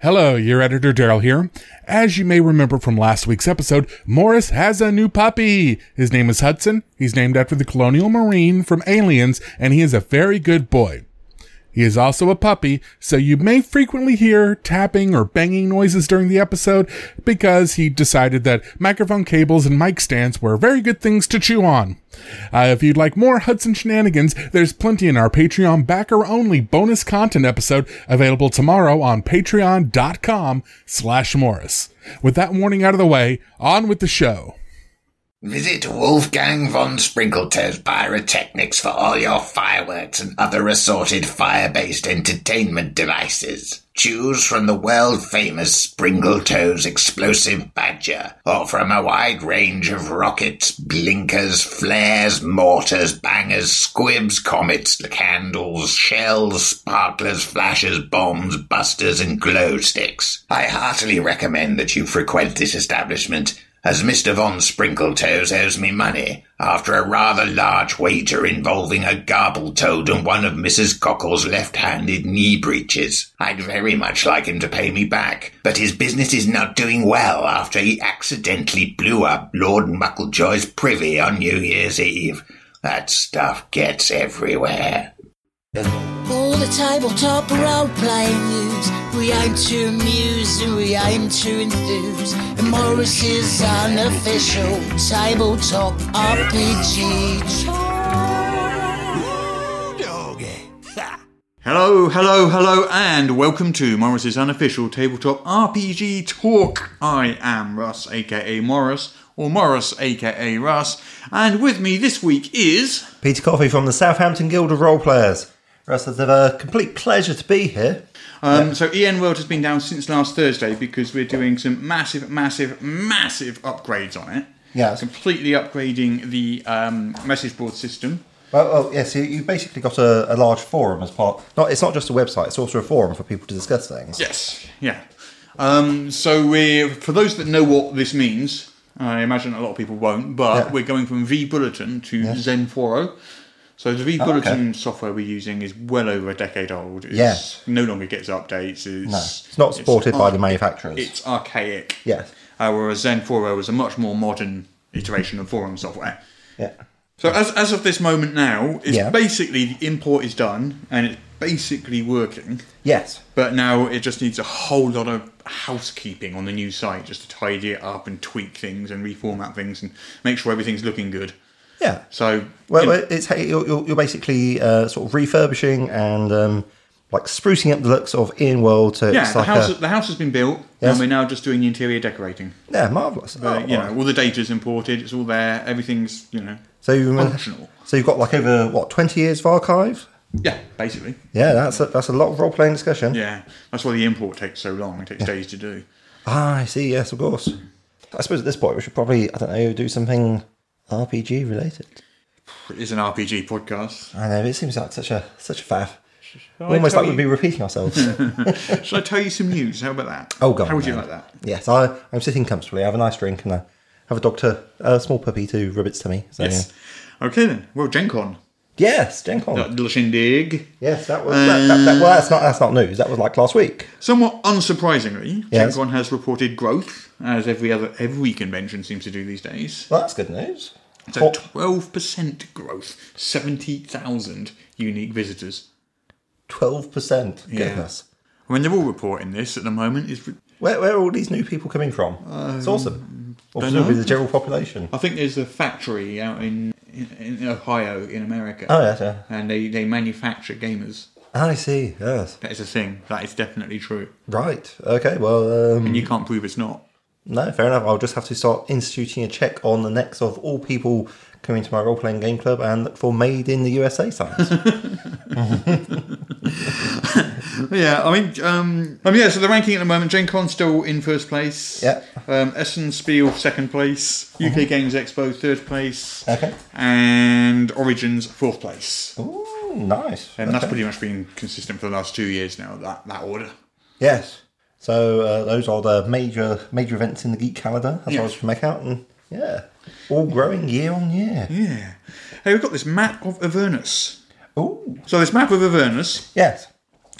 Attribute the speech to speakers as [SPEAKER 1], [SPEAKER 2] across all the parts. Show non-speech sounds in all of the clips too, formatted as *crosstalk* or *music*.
[SPEAKER 1] Hello, your editor Daryl here. As you may remember from last week's episode, Morris has a new puppy. His name is Hudson. He's named after the colonial marine from Aliens, and he is a very good boy. He is also a puppy, so you may frequently hear tapping or banging noises during the episode because he decided that microphone cables and mic stands were very good things to chew on. Uh, if you'd like more Hudson shenanigans, there's plenty in our Patreon backer only bonus content episode available tomorrow on patreon.com slash Morris. With that warning out of the way, on with the show.
[SPEAKER 2] Visit Wolfgang von Sprinkletoe's Pyrotechnics for all your fireworks and other assorted fire-based entertainment devices. Choose from the world-famous Sprinkletoe's explosive badger, or from a wide range of rockets, blinkers, flares, mortars, bangers, squibs, comets, candles, shells, sparklers, flashes, bombs, busters, and glow sticks. I heartily recommend that you frequent this establishment as Mr. Von Sprinkletoes owes me money after a rather large wager involving a garble toad and one of Mrs. Cockle's left-handed knee breeches. I'd very much like him to pay me back, but his business is not doing well after he accidentally blew up Lord Mucklejoy's privy on New Year's Eve. That stuff gets everywhere.
[SPEAKER 3] All the tabletop role playing news. We aim to amuse and we aim to enthuse. And Morris is unofficial tabletop RPG.
[SPEAKER 4] Hello, hello, hello, and welcome to Morris's unofficial tabletop RPG talk. I am Russ, aka Morris, or Morris, aka Russ, and with me this week is.
[SPEAKER 5] Peter Coffey from the Southampton Guild of Roleplayers. Russ, it's a complete pleasure to be here.
[SPEAKER 4] Um, So, EN World has been down since last Thursday because we're doing some massive, massive, massive upgrades on it.
[SPEAKER 5] Yes.
[SPEAKER 4] Completely upgrading the um, message board system.
[SPEAKER 5] Well, well yes, you, you basically got a, a large forum as part. Not, it's not just a website; it's also a forum for people to discuss things.
[SPEAKER 4] Yes, yeah. Um, so we're for those that know what this means, I imagine a lot of people won't, but
[SPEAKER 5] Yeah.
[SPEAKER 4] we're going from V Bulletin to Zen 4.0. So the V
[SPEAKER 5] Oh, okay.
[SPEAKER 4] Bulletin software we're using is well over a decade old. It's
[SPEAKER 5] Yeah.
[SPEAKER 4] no longer gets updates. It's,
[SPEAKER 5] No, it's not supported by the manufacturers.
[SPEAKER 4] It's archaic.
[SPEAKER 5] Yes.
[SPEAKER 4] Uh, whereas Zen 4.0 was a much more modern iteration of forum software.
[SPEAKER 5] yeah,
[SPEAKER 4] So as, as of this moment now, it's
[SPEAKER 5] Yeah.
[SPEAKER 4] basically the import is done and it's basically working.
[SPEAKER 5] yes,
[SPEAKER 4] But now it just needs a whole lot of housekeeping on the new site just to tidy it up and tweak things and reformat things and make sure everything's looking good.
[SPEAKER 5] yeah.
[SPEAKER 4] So,
[SPEAKER 5] Well,
[SPEAKER 4] you know,
[SPEAKER 5] well, it's hey, you're, you're you're basically uh, sort of refurbishing and um, like sprucing up the looks of Ian World to
[SPEAKER 4] yeah,
[SPEAKER 5] it's
[SPEAKER 4] the
[SPEAKER 5] like
[SPEAKER 4] house,
[SPEAKER 5] a,
[SPEAKER 4] the house has been built
[SPEAKER 5] Yes.
[SPEAKER 4] and we're now just doing the interior decorating.
[SPEAKER 5] yeah, marvelous.
[SPEAKER 4] But, you know, all the data's imported, it's all there, everything's, you know,
[SPEAKER 5] so you
[SPEAKER 4] functional.
[SPEAKER 5] so you've got like over what twenty years of archive.
[SPEAKER 4] Yeah, basically.
[SPEAKER 5] Yeah, that's a, that's a lot of role playing discussion.
[SPEAKER 4] Yeah, that's why the import takes so long, it takes days to do.
[SPEAKER 5] Ah, I see. Yes, of course. I suppose at this point we should probably, I don't know, do something RPG related.
[SPEAKER 4] It is an RPG
[SPEAKER 5] *laughs*
[SPEAKER 4] podcast.
[SPEAKER 5] I know it seems like such a such a faff.
[SPEAKER 4] I
[SPEAKER 5] Almost
[SPEAKER 4] tell
[SPEAKER 5] like we'd
[SPEAKER 4] you-
[SPEAKER 5] be
[SPEAKER 4] *laughs*
[SPEAKER 5] repeating ourselves.
[SPEAKER 4] Should I tell you some news? How about that?
[SPEAKER 5] oh god.
[SPEAKER 4] How would you
[SPEAKER 5] no.
[SPEAKER 4] like that?
[SPEAKER 5] Yes, I I'm sitting comfortably. I have a nice drink and I have a dog to a small puppy to rub its tummy. So,
[SPEAKER 4] Yes. Okay then. Well, Gen Con.
[SPEAKER 5] Yes, Gen Con.
[SPEAKER 4] That little shindig.
[SPEAKER 5] yes, that was that, that, that, well. That's not that's not news. That was like last week.
[SPEAKER 4] Somewhat unsurprisingly,
[SPEAKER 5] Yes.
[SPEAKER 4] GenCon has reported growth, as every other every convention seems to do these days.
[SPEAKER 5] Well, that's good news.
[SPEAKER 4] So
[SPEAKER 5] Four-
[SPEAKER 4] twelve percent growth, seventy thousand unique visitors.
[SPEAKER 5] Twelve percent. Goodness.
[SPEAKER 4] I mean, they're all reporting this at the moment. Is
[SPEAKER 5] Where, where are all these new people coming from? it's awesome. Or
[SPEAKER 4] Um, don't
[SPEAKER 5] presumably
[SPEAKER 4] know.
[SPEAKER 5] the general population.
[SPEAKER 4] I think there's a factory out in in, in Ohio in America,
[SPEAKER 5] Oh yes, yeah.
[SPEAKER 4] and they they manufacture gamers.
[SPEAKER 5] I see. Yes.
[SPEAKER 4] That is a thing. That is definitely true,
[SPEAKER 5] Right. Okay. Well, um,
[SPEAKER 4] and you can't prove it's not.
[SPEAKER 5] no, fair enough. I'll just have to start instituting a check on the necks of all people coming to my role playing game club and look for made in the USA signs.
[SPEAKER 4] Yeah, I mean, um, I mean, yeah. So the ranking at the moment: Gen Con still in first place.
[SPEAKER 5] Yeah. Mm-hmm.
[SPEAKER 4] Um, Essen Spiel second place. UK Games Expo third place.
[SPEAKER 5] Okay.
[SPEAKER 4] And Origins fourth place.
[SPEAKER 5] Ooh, nice.
[SPEAKER 4] And that's
[SPEAKER 5] Okay.
[SPEAKER 4] pretty much been consistent for the last two years now. That that order.
[SPEAKER 5] Yes. So uh, those are the major major events in the geek calendar, as
[SPEAKER 4] Yeah.
[SPEAKER 5] far as we can make out, and yeah, all growing year on year.
[SPEAKER 4] Yeah. Hey, we've got this map of Avernus.
[SPEAKER 5] Ooh,
[SPEAKER 4] So this map of Avernus
[SPEAKER 5] yes.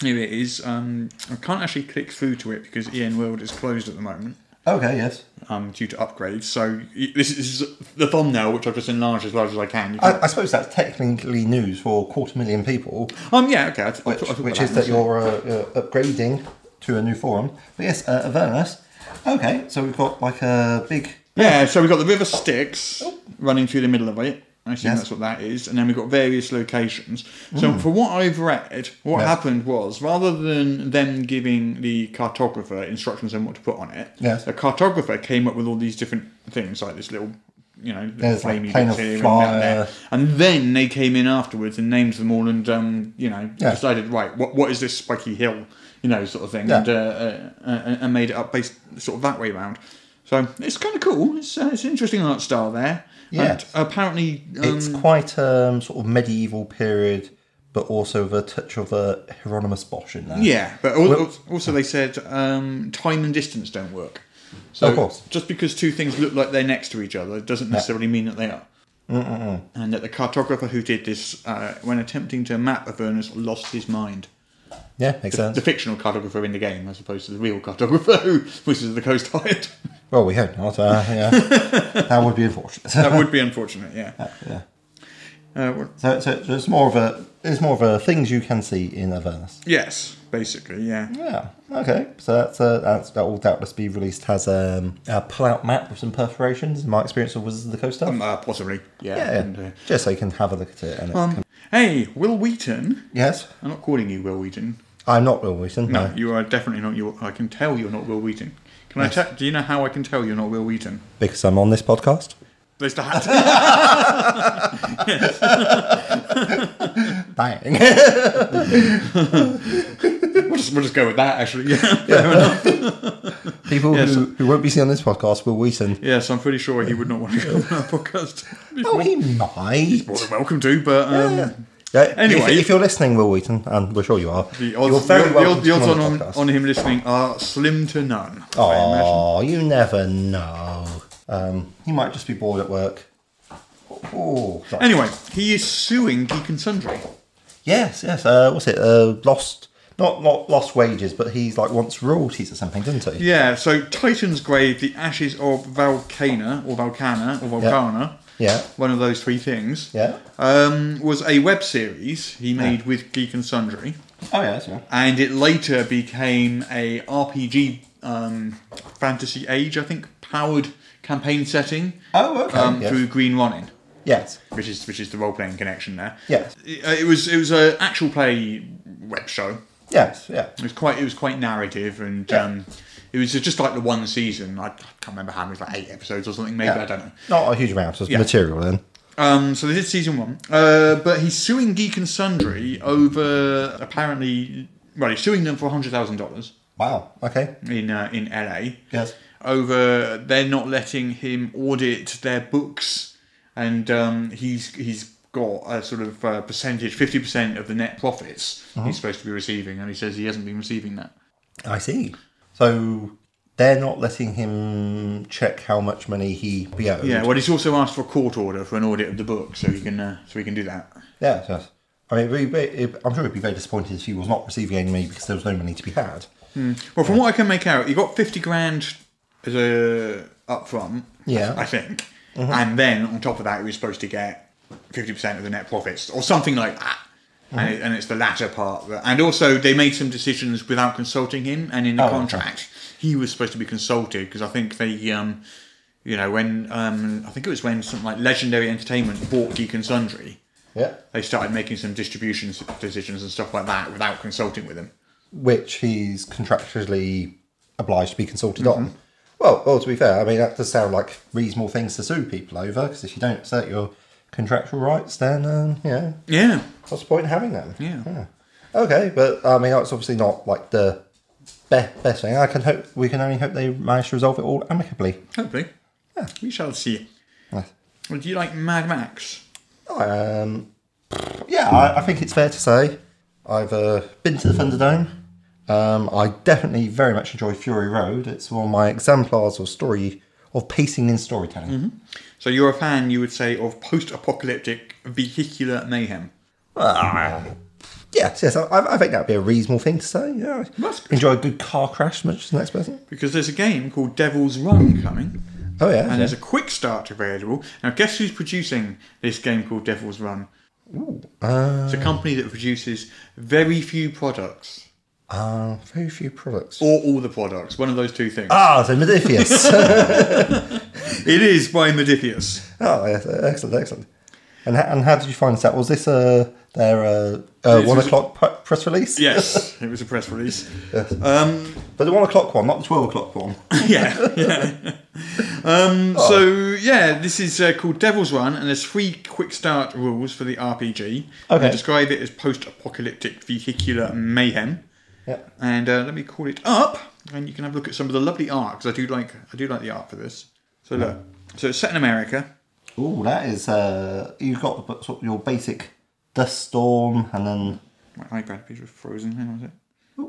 [SPEAKER 4] Here it is. Um, I can't actually click through to it because Ian World is closed at the moment
[SPEAKER 5] Okay, yes.
[SPEAKER 4] um, due to upgrades. So y- this is this is the thumbnail, which I've just enlarged as large as I can. You
[SPEAKER 5] I,
[SPEAKER 4] can
[SPEAKER 5] I suppose that's technically news for a quarter million people,
[SPEAKER 4] um, yeah, okay. I th- I
[SPEAKER 5] which,
[SPEAKER 4] thought- I thought
[SPEAKER 5] which
[SPEAKER 4] about
[SPEAKER 5] is that
[SPEAKER 4] so-
[SPEAKER 5] you're uh, uh, upgrading to a new forum. But yes, uh, Avernus. Okay, so we've got like a big.
[SPEAKER 4] Yeah, so we've got the River Styx running through the middle of it. I assume
[SPEAKER 5] Yes. Hmm.
[SPEAKER 4] that's what that is. And then we've got various locations. So, for what I've read, what
[SPEAKER 5] Yes.
[SPEAKER 4] happened was rather than them giving the cartographer instructions on what to put on it,
[SPEAKER 5] Yes.
[SPEAKER 4] the cartographer came up with all these different things, like this little, you know,
[SPEAKER 5] There's, like,
[SPEAKER 4] flamey
[SPEAKER 5] plane
[SPEAKER 4] bits
[SPEAKER 5] of
[SPEAKER 4] here and
[SPEAKER 5] fire.
[SPEAKER 4] down there. And then they came in afterwards and named them all and, um, you know,
[SPEAKER 5] Yeah.
[SPEAKER 4] decided, right, what, what is this spiky hill, you know, sort of thing,
[SPEAKER 5] Yeah.
[SPEAKER 4] and, uh, uh, uh, and made it up based sort of that way round. So it's kind of cool. It's, uh, it's an interesting art style there.
[SPEAKER 5] Yes.
[SPEAKER 4] And apparently, um,
[SPEAKER 5] It's quite um, sort of medieval period, but also the touch of a Hieronymus Bosch in there.
[SPEAKER 4] yeah, but al-
[SPEAKER 5] Well-
[SPEAKER 4] also they said um, time and distance don't work. So
[SPEAKER 5] Of course.
[SPEAKER 4] just because two things look like they're next to each other doesn't necessarily mean that they are. And that the cartographer who did this, uh, when attempting to map Avernus, lost his mind.
[SPEAKER 5] Yeah, makes sense.
[SPEAKER 4] The fictional cartographer in the game, as opposed to the real cartographer who whistles the coast guard.
[SPEAKER 5] Well, we hope not. Uh, yeah. that would be
[SPEAKER 4] *laughs*
[SPEAKER 5] unfortunate. *laughs*
[SPEAKER 4] that would be unfortunate, yeah.
[SPEAKER 5] yeah.
[SPEAKER 4] Uh, what-
[SPEAKER 5] So, so so it's more of a it's more of a things you can see in Avernus.
[SPEAKER 4] yes, basically, yeah.
[SPEAKER 5] Yeah. Okay. So that's uh, that's that will doubtless be released as um, a pull-out map with some perforations. In my experience of Wizards of the Coast stuff.
[SPEAKER 4] Uh, possibly, yeah. Um,
[SPEAKER 5] yeah.
[SPEAKER 4] And, uh,
[SPEAKER 5] Just so you can have a look at it. And it can-
[SPEAKER 4] Hey, Will Wheaton.
[SPEAKER 5] yes.
[SPEAKER 4] I'm not calling you Will Wheaton.
[SPEAKER 5] I'm not Will Wheaton.
[SPEAKER 4] No,
[SPEAKER 5] No.
[SPEAKER 4] you are definitely not. You. I can tell you're not Will Wheaton. Can I? Te- do you know how I can tell you're not Will Wheaton?
[SPEAKER 5] Because I'm on this podcast.
[SPEAKER 4] There's the hat.
[SPEAKER 5] Bang. yeah.
[SPEAKER 4] *laughs* we'll, just, we'll just go with that. Actually, yeah. yeah.
[SPEAKER 5] *laughs* People
[SPEAKER 4] Yes.
[SPEAKER 5] who, who won't be seen on this podcast, Will Wheaton.
[SPEAKER 4] *laughs* Yes, I'm pretty sure he would not want to go on our podcast.
[SPEAKER 5] Oh, he might.
[SPEAKER 4] More than welcome to, but um,
[SPEAKER 5] Yeah. Yeah,
[SPEAKER 4] Anyway-
[SPEAKER 5] if, if you're listening, Will Wheaton, and we're sure you are,
[SPEAKER 4] the
[SPEAKER 5] you're
[SPEAKER 4] odds, the,
[SPEAKER 5] very
[SPEAKER 4] odds- the
[SPEAKER 5] welcome to
[SPEAKER 4] odds
[SPEAKER 5] come
[SPEAKER 4] on,
[SPEAKER 5] the podcast.
[SPEAKER 4] on him listening are slim to none. I imagine.
[SPEAKER 5] Oh, you never know. Um, he might just be bored at work. Oh, sorry.
[SPEAKER 4] Anyway, he is suing Geek and Sundry.
[SPEAKER 5] yes, yes. Uh, what's it? Uh, lost, not not lost wages, but he's like wants royalties or something, doesn't he?
[SPEAKER 4] Yeah, so Titan's Grave, the ashes of Volcana, or Volcana, or Volcana.
[SPEAKER 5] Yeah.
[SPEAKER 4] One of those three things.
[SPEAKER 5] Yeah.
[SPEAKER 4] Um, was a web series he made with Geek and Sundry,
[SPEAKER 5] Oh, yes, yeah.
[SPEAKER 4] and it later became a RPG, um, Fantasy Age, I think, powered campaign setting
[SPEAKER 5] Oh, okay.
[SPEAKER 4] um,
[SPEAKER 5] yes.
[SPEAKER 4] through Green Ronin
[SPEAKER 5] yes.
[SPEAKER 4] which is which is the role playing connection there.
[SPEAKER 5] Yes.
[SPEAKER 4] it, uh, it was it was a actual play web show.
[SPEAKER 5] Yes. Yeah.
[SPEAKER 4] It was quite it was quite narrative and.
[SPEAKER 5] Yeah.
[SPEAKER 4] Um, it was just like the one season. I can't remember how many, like eight episodes or something. Maybe
[SPEAKER 5] yeah.
[SPEAKER 4] I don't know.
[SPEAKER 5] Not a huge amount of
[SPEAKER 4] Yeah.
[SPEAKER 5] material then.
[SPEAKER 4] Um, so they did season one, uh, but he's suing Geek and Sundry over apparently. Well, he's suing them for hundred thousand dollars
[SPEAKER 5] Wow. Okay.
[SPEAKER 4] in uh, in LA.
[SPEAKER 5] Yes.
[SPEAKER 4] Over they're not letting him audit their books, and um, he's he's got a sort of uh, percentage, fifty percent of the net profits he's supposed to be receiving, and he says he hasn't been receiving that.
[SPEAKER 5] I see. So they're not letting him check how much money he be owed.
[SPEAKER 4] Yeah, well, he's also asked for a court order for an audit of the book, so he can uh, so he can do that.
[SPEAKER 5] Yes, yes. I mean, it'd be- it- I'm sure he'd be very disappointed if he was not receiving any money because there was no money to be had.
[SPEAKER 4] Well, from what I can make out, he got fifty grand as a up front.
[SPEAKER 5] Yeah. Mm-hmm.
[SPEAKER 4] I think, and then on top of that, he was supposed to get fifty percent of the net profits or something like that.
[SPEAKER 5] Mm-hmm.
[SPEAKER 4] And, it, and it's the latter part, that, and also they made some decisions without consulting him. And in the
[SPEAKER 5] Oh, okay.
[SPEAKER 4] contract, he was supposed to be consulted because I think they, um, you know, when um, I think it was when something like Legendary Entertainment bought Geek and Sundry,
[SPEAKER 5] Yeah.
[SPEAKER 4] they started making some distribution s- decisions and stuff like that without consulting with him.
[SPEAKER 5] Which he's contractually obliged to be consulted on.
[SPEAKER 4] Mm-hmm.
[SPEAKER 5] Well, well, to be fair, I mean, that does sound like reasonable things to sue people over because if you don't assert your contractual rights, then, um, yeah,
[SPEAKER 4] Yeah,
[SPEAKER 5] what's the point in having them?
[SPEAKER 4] yeah.
[SPEAKER 5] Okay, but I mean, it's obviously not like the be- best thing. I can hope, we can only hope they manage to resolve it all amicably.
[SPEAKER 4] Hopefully. We shall see. Well, do you like Mad Max?
[SPEAKER 5] Um, yeah, I, I think it's fair to say I've uh, been to the Thunderdome. Um, I definitely very much enjoy Fury Road. It's one of my exemplars of story of pacing and storytelling.
[SPEAKER 4] Mm-hmm. So you're a fan, you would say, of post-apocalyptic vehicular mayhem.
[SPEAKER 5] Ah, Yes, yes, I, I I think that'd be a reasonable thing to say. Yeah,
[SPEAKER 4] That's good.
[SPEAKER 5] enjoy a good car crash as much as the next person.
[SPEAKER 4] Because there's a game called Devil's Run coming,
[SPEAKER 5] Oh yeah,
[SPEAKER 4] and
[SPEAKER 5] yeah.
[SPEAKER 4] there's a quick start available. Now, guess who's producing this game called Devil's Run? it's a company that produces very few products,
[SPEAKER 5] Uh, very few products.
[SPEAKER 4] or all the products. One of those two things.
[SPEAKER 5] Ah,
[SPEAKER 4] *laughs*
[SPEAKER 5] so Modifius.
[SPEAKER 4] It is by Modifius.
[SPEAKER 5] oh, yes, excellent, excellent. And ha- and how did you find this out? Was this uh, their uh, uh,
[SPEAKER 4] This
[SPEAKER 5] one
[SPEAKER 4] was-
[SPEAKER 5] o'clock pu- press release?
[SPEAKER 4] Yes, it was a press release.
[SPEAKER 5] but the one o'clock one, not the twelve o'clock one.
[SPEAKER 4] yeah, yeah. Um, So yeah, this is uh, called Devil's Run, and there's three quick start rules for the RPG.
[SPEAKER 5] Okay.
[SPEAKER 4] They describe it as post-apocalyptic vehicular mayhem,
[SPEAKER 5] Yep.
[SPEAKER 4] and uh, let me call it up, and you can have a look at some of the lovely art because I do like I do like the art for this. So look, so it's set in America.
[SPEAKER 5] Oh, that is. Uh, you've got the- sort of your basic dust storm, and then
[SPEAKER 4] My eyebrow piece was frozen. Hang on a sec.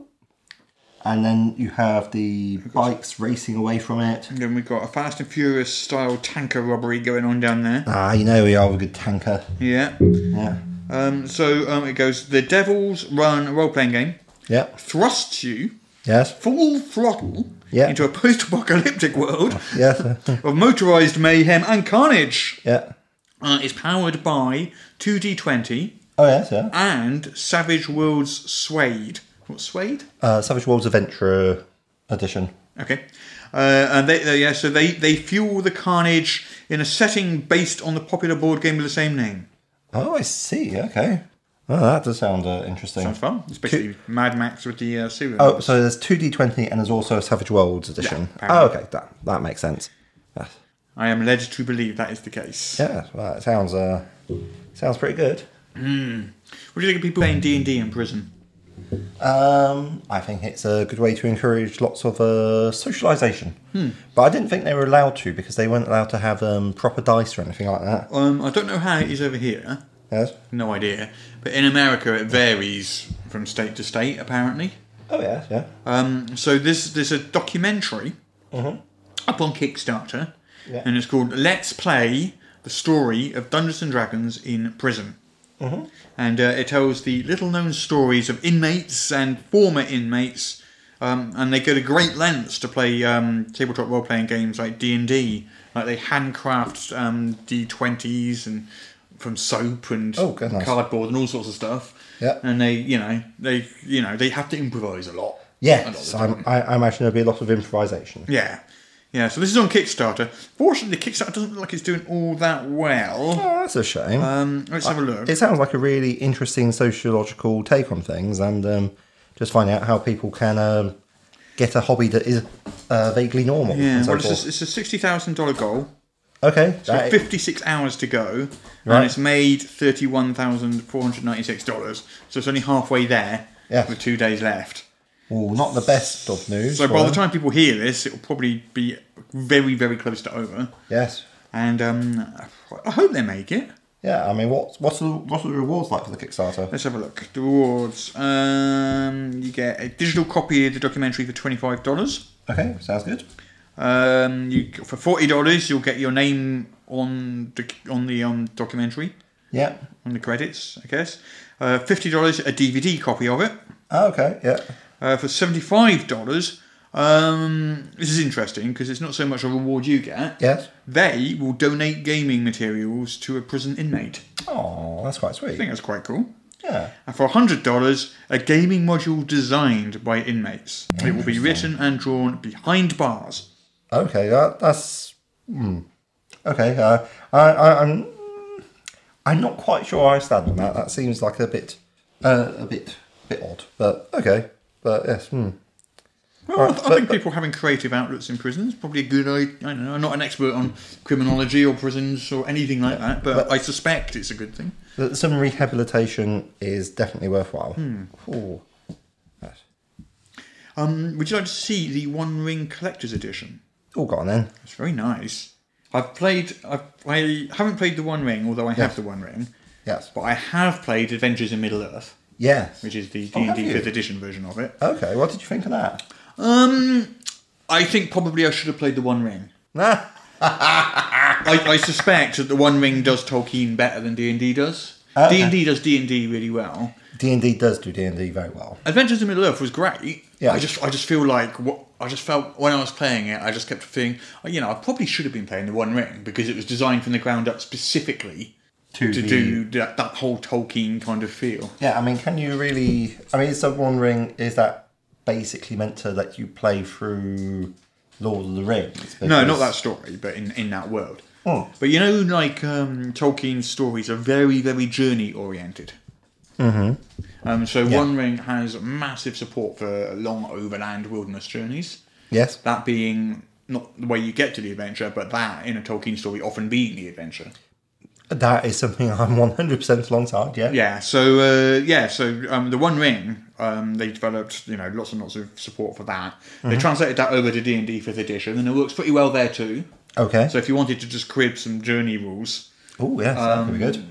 [SPEAKER 5] and then you have the bikes racing away from it.
[SPEAKER 4] And then we've got a Fast and Furious style tanker robbery going on down there.
[SPEAKER 5] Ah, you know we are a good tanker.
[SPEAKER 4] Yeah.
[SPEAKER 5] Yeah.
[SPEAKER 4] Um, so um, it goes the Devil's Run role playing game
[SPEAKER 5] Yep.
[SPEAKER 4] thrusts you
[SPEAKER 5] Yes.
[SPEAKER 4] full throttle
[SPEAKER 5] Yeah.
[SPEAKER 4] into a post apocalyptic world
[SPEAKER 5] Yes. *laughs*
[SPEAKER 4] of motorised mayhem and carnage.
[SPEAKER 5] yeah.
[SPEAKER 4] Uh, it's powered by 2D20
[SPEAKER 5] Oh yes. Yeah.
[SPEAKER 4] and Savage Worlds Suede. What, Suede?
[SPEAKER 5] Uh, Savage Worlds Adventure Edition.
[SPEAKER 4] Okay. Uh, and they, they, yeah, so they, they fuel the carnage in a setting based on the popular board game of the same name.
[SPEAKER 5] Oh, I see. Okay. Oh, that does sound uh, interesting.
[SPEAKER 4] Sounds fun. It's basically Mad Max with the uh, serial.
[SPEAKER 5] Oh, so there's two D20 and there's also a Savage Worlds edition. oh,
[SPEAKER 4] apparently.
[SPEAKER 5] okay. That that makes sense. Yes.
[SPEAKER 4] I am led to believe that is the case.
[SPEAKER 5] Yeah. Well, that sounds uh, sounds pretty good.
[SPEAKER 4] What do you think of people playing D and D in prison?
[SPEAKER 5] Um, I think it's a good way to encourage lots of uh, socialization.
[SPEAKER 4] Hmm.
[SPEAKER 5] But I didn't think they were allowed to because they weren't allowed to have um, proper dice or anything like that.
[SPEAKER 4] Um, I don't know how it is over here.
[SPEAKER 5] Yes.
[SPEAKER 4] No idea. But in America, it varies from state to state, apparently.
[SPEAKER 5] Oh yes, yeah.
[SPEAKER 4] Um, so there's, there's a documentary up on Kickstarter,
[SPEAKER 5] Uh-huh. Yeah.
[SPEAKER 4] and it's called Let's Play the Story of Dungeons and Dragons in Prison.
[SPEAKER 5] Uh-huh.
[SPEAKER 4] And uh, it tells the little known stories of inmates and former inmates. Um, and they go to great lengths to play um, tabletop role playing games like D and D. Like they handcraft um, D twenties and from soap and
[SPEAKER 5] Oh, goodness.
[SPEAKER 4] cardboard and all sorts of stuff.
[SPEAKER 5] Yeah.
[SPEAKER 4] And they, you know, they, you know, they have to improvise a lot. A lot of
[SPEAKER 5] Yes,
[SPEAKER 4] the
[SPEAKER 5] I'm,
[SPEAKER 4] time.
[SPEAKER 5] I, I imagine there'll be a lot of improvisation.
[SPEAKER 4] Yeah. Yeah, so this is on Kickstarter. Fortunately, Kickstarter doesn't look like it's doing all that well.
[SPEAKER 5] Oh, that's a shame.
[SPEAKER 4] Um, let's have a look.
[SPEAKER 5] it sounds like a really interesting sociological take on things, and um, just finding out how people can um, get a hobby that is uh, vaguely normal.
[SPEAKER 4] Yeah,
[SPEAKER 5] and so
[SPEAKER 4] well, it's
[SPEAKER 5] forth.
[SPEAKER 4] a, it's a $60,000 goal.
[SPEAKER 5] okay,
[SPEAKER 4] So
[SPEAKER 5] that-
[SPEAKER 4] 56 hours to go.
[SPEAKER 5] Right.
[SPEAKER 4] And it's made $31,496. So it's only halfway there
[SPEAKER 5] Yeah.
[SPEAKER 4] with two days left.
[SPEAKER 5] well, not the best of news.
[SPEAKER 4] So by
[SPEAKER 5] right?
[SPEAKER 4] the time people hear this, it'll probably be very, very close to over.
[SPEAKER 5] yes,
[SPEAKER 4] And um, I hope they make it.
[SPEAKER 5] yeah. I mean, what what's the what are the rewards like for the Kickstarter?
[SPEAKER 4] Let's have a look. The rewards. Um, you get a digital copy of the documentary for twenty-five dollars.
[SPEAKER 5] Okay, sounds good.
[SPEAKER 4] Um, you for forty dollars, you'll get your name on the on the um, documentary
[SPEAKER 5] Yeah.
[SPEAKER 4] on the credits, I guess. Uh, Fifty dollars, a DVD copy of it.
[SPEAKER 5] Oh, okay. Yeah.
[SPEAKER 4] Uh, for seventy-five dollars, um, this is interesting because it's not so much a reward you get.
[SPEAKER 5] Yes.
[SPEAKER 4] They will donate gaming materials to a prison inmate.
[SPEAKER 5] Oh, that's quite
[SPEAKER 4] I think
[SPEAKER 5] sweet.
[SPEAKER 4] that's quite cool.
[SPEAKER 5] Yeah.
[SPEAKER 4] And for $100, a gaming module designed by inmates. It will be written and drawn behind bars.
[SPEAKER 5] Okay. That, that's. Hmm. Okay. Uh, I, I, I'm. I'm not quite sure I stand on that. That seems like a bit, uh, a bit, bit odd. But okay. But yes. Hmm.
[SPEAKER 4] Well, Oh, I, th- I think people having creative outlets in prisons is probably a good idea. I don't know. I'm not an expert on criminology or prisons or anything like that, but, I suspect it's a good thing.
[SPEAKER 5] But Some rehabilitation is definitely worthwhile.
[SPEAKER 4] Hmm.
[SPEAKER 5] Ooh. Yes.
[SPEAKER 4] Um, would you like to see the One Ring Collector's Edition?
[SPEAKER 5] All gone then.
[SPEAKER 4] It's very nice. I've played. I've, I haven't played the One Ring, although I have the One Ring.
[SPEAKER 5] Yes.
[SPEAKER 4] But I have played Adventures in Middle Earth,
[SPEAKER 5] Yes.
[SPEAKER 4] which is the
[SPEAKER 5] Oh, have
[SPEAKER 4] D&D
[SPEAKER 5] you?
[SPEAKER 4] fifth edition version of it.
[SPEAKER 5] Okay. What did you think of that?
[SPEAKER 4] Um, I think probably I should have played the One Ring. I, I suspect that the One Ring does Tolkien better than D and D does. D
[SPEAKER 5] Ah, Okay.
[SPEAKER 4] and D does D and D really well.
[SPEAKER 5] D and D does do D and D very well.
[SPEAKER 4] Adventures in Middle Earth was great.
[SPEAKER 5] Yeah.
[SPEAKER 4] I just I just feel like what I just felt when I was playing it, I just kept feeling you know I probably should have been playing the One Ring because it was designed from the ground up specifically
[SPEAKER 5] To,
[SPEAKER 4] to
[SPEAKER 5] the-
[SPEAKER 4] do that, that whole Tolkien kind of feel.
[SPEAKER 5] Yeah, I mean, can you really? I mean, is the One Ring is that basically meant to let you play through Lord of the Rings?
[SPEAKER 4] No, not
[SPEAKER 5] Because-
[SPEAKER 4] that story, but in, in that world.
[SPEAKER 5] Oh.
[SPEAKER 4] But you know, like um, Tolkien's stories are very, very journey oriented. Mm-hmm. Um, so One Ring has massive support for long overland wilderness journeys.
[SPEAKER 5] Yes.
[SPEAKER 4] That being not the way you get to the adventure, but that in a Tolkien story often being the adventure.
[SPEAKER 5] That is something I'm 100% alongside, yeah?
[SPEAKER 4] Yeah. So uh, yeah. So um, the One Ring, um, they developed you know lots and lots of support for that. They translated that over to D and D fifth edition, and it works pretty well there too.
[SPEAKER 5] Okay.
[SPEAKER 4] So if you wanted to just crib some journey rules,
[SPEAKER 5] oh, yeah, that could be
[SPEAKER 4] um,
[SPEAKER 5] good.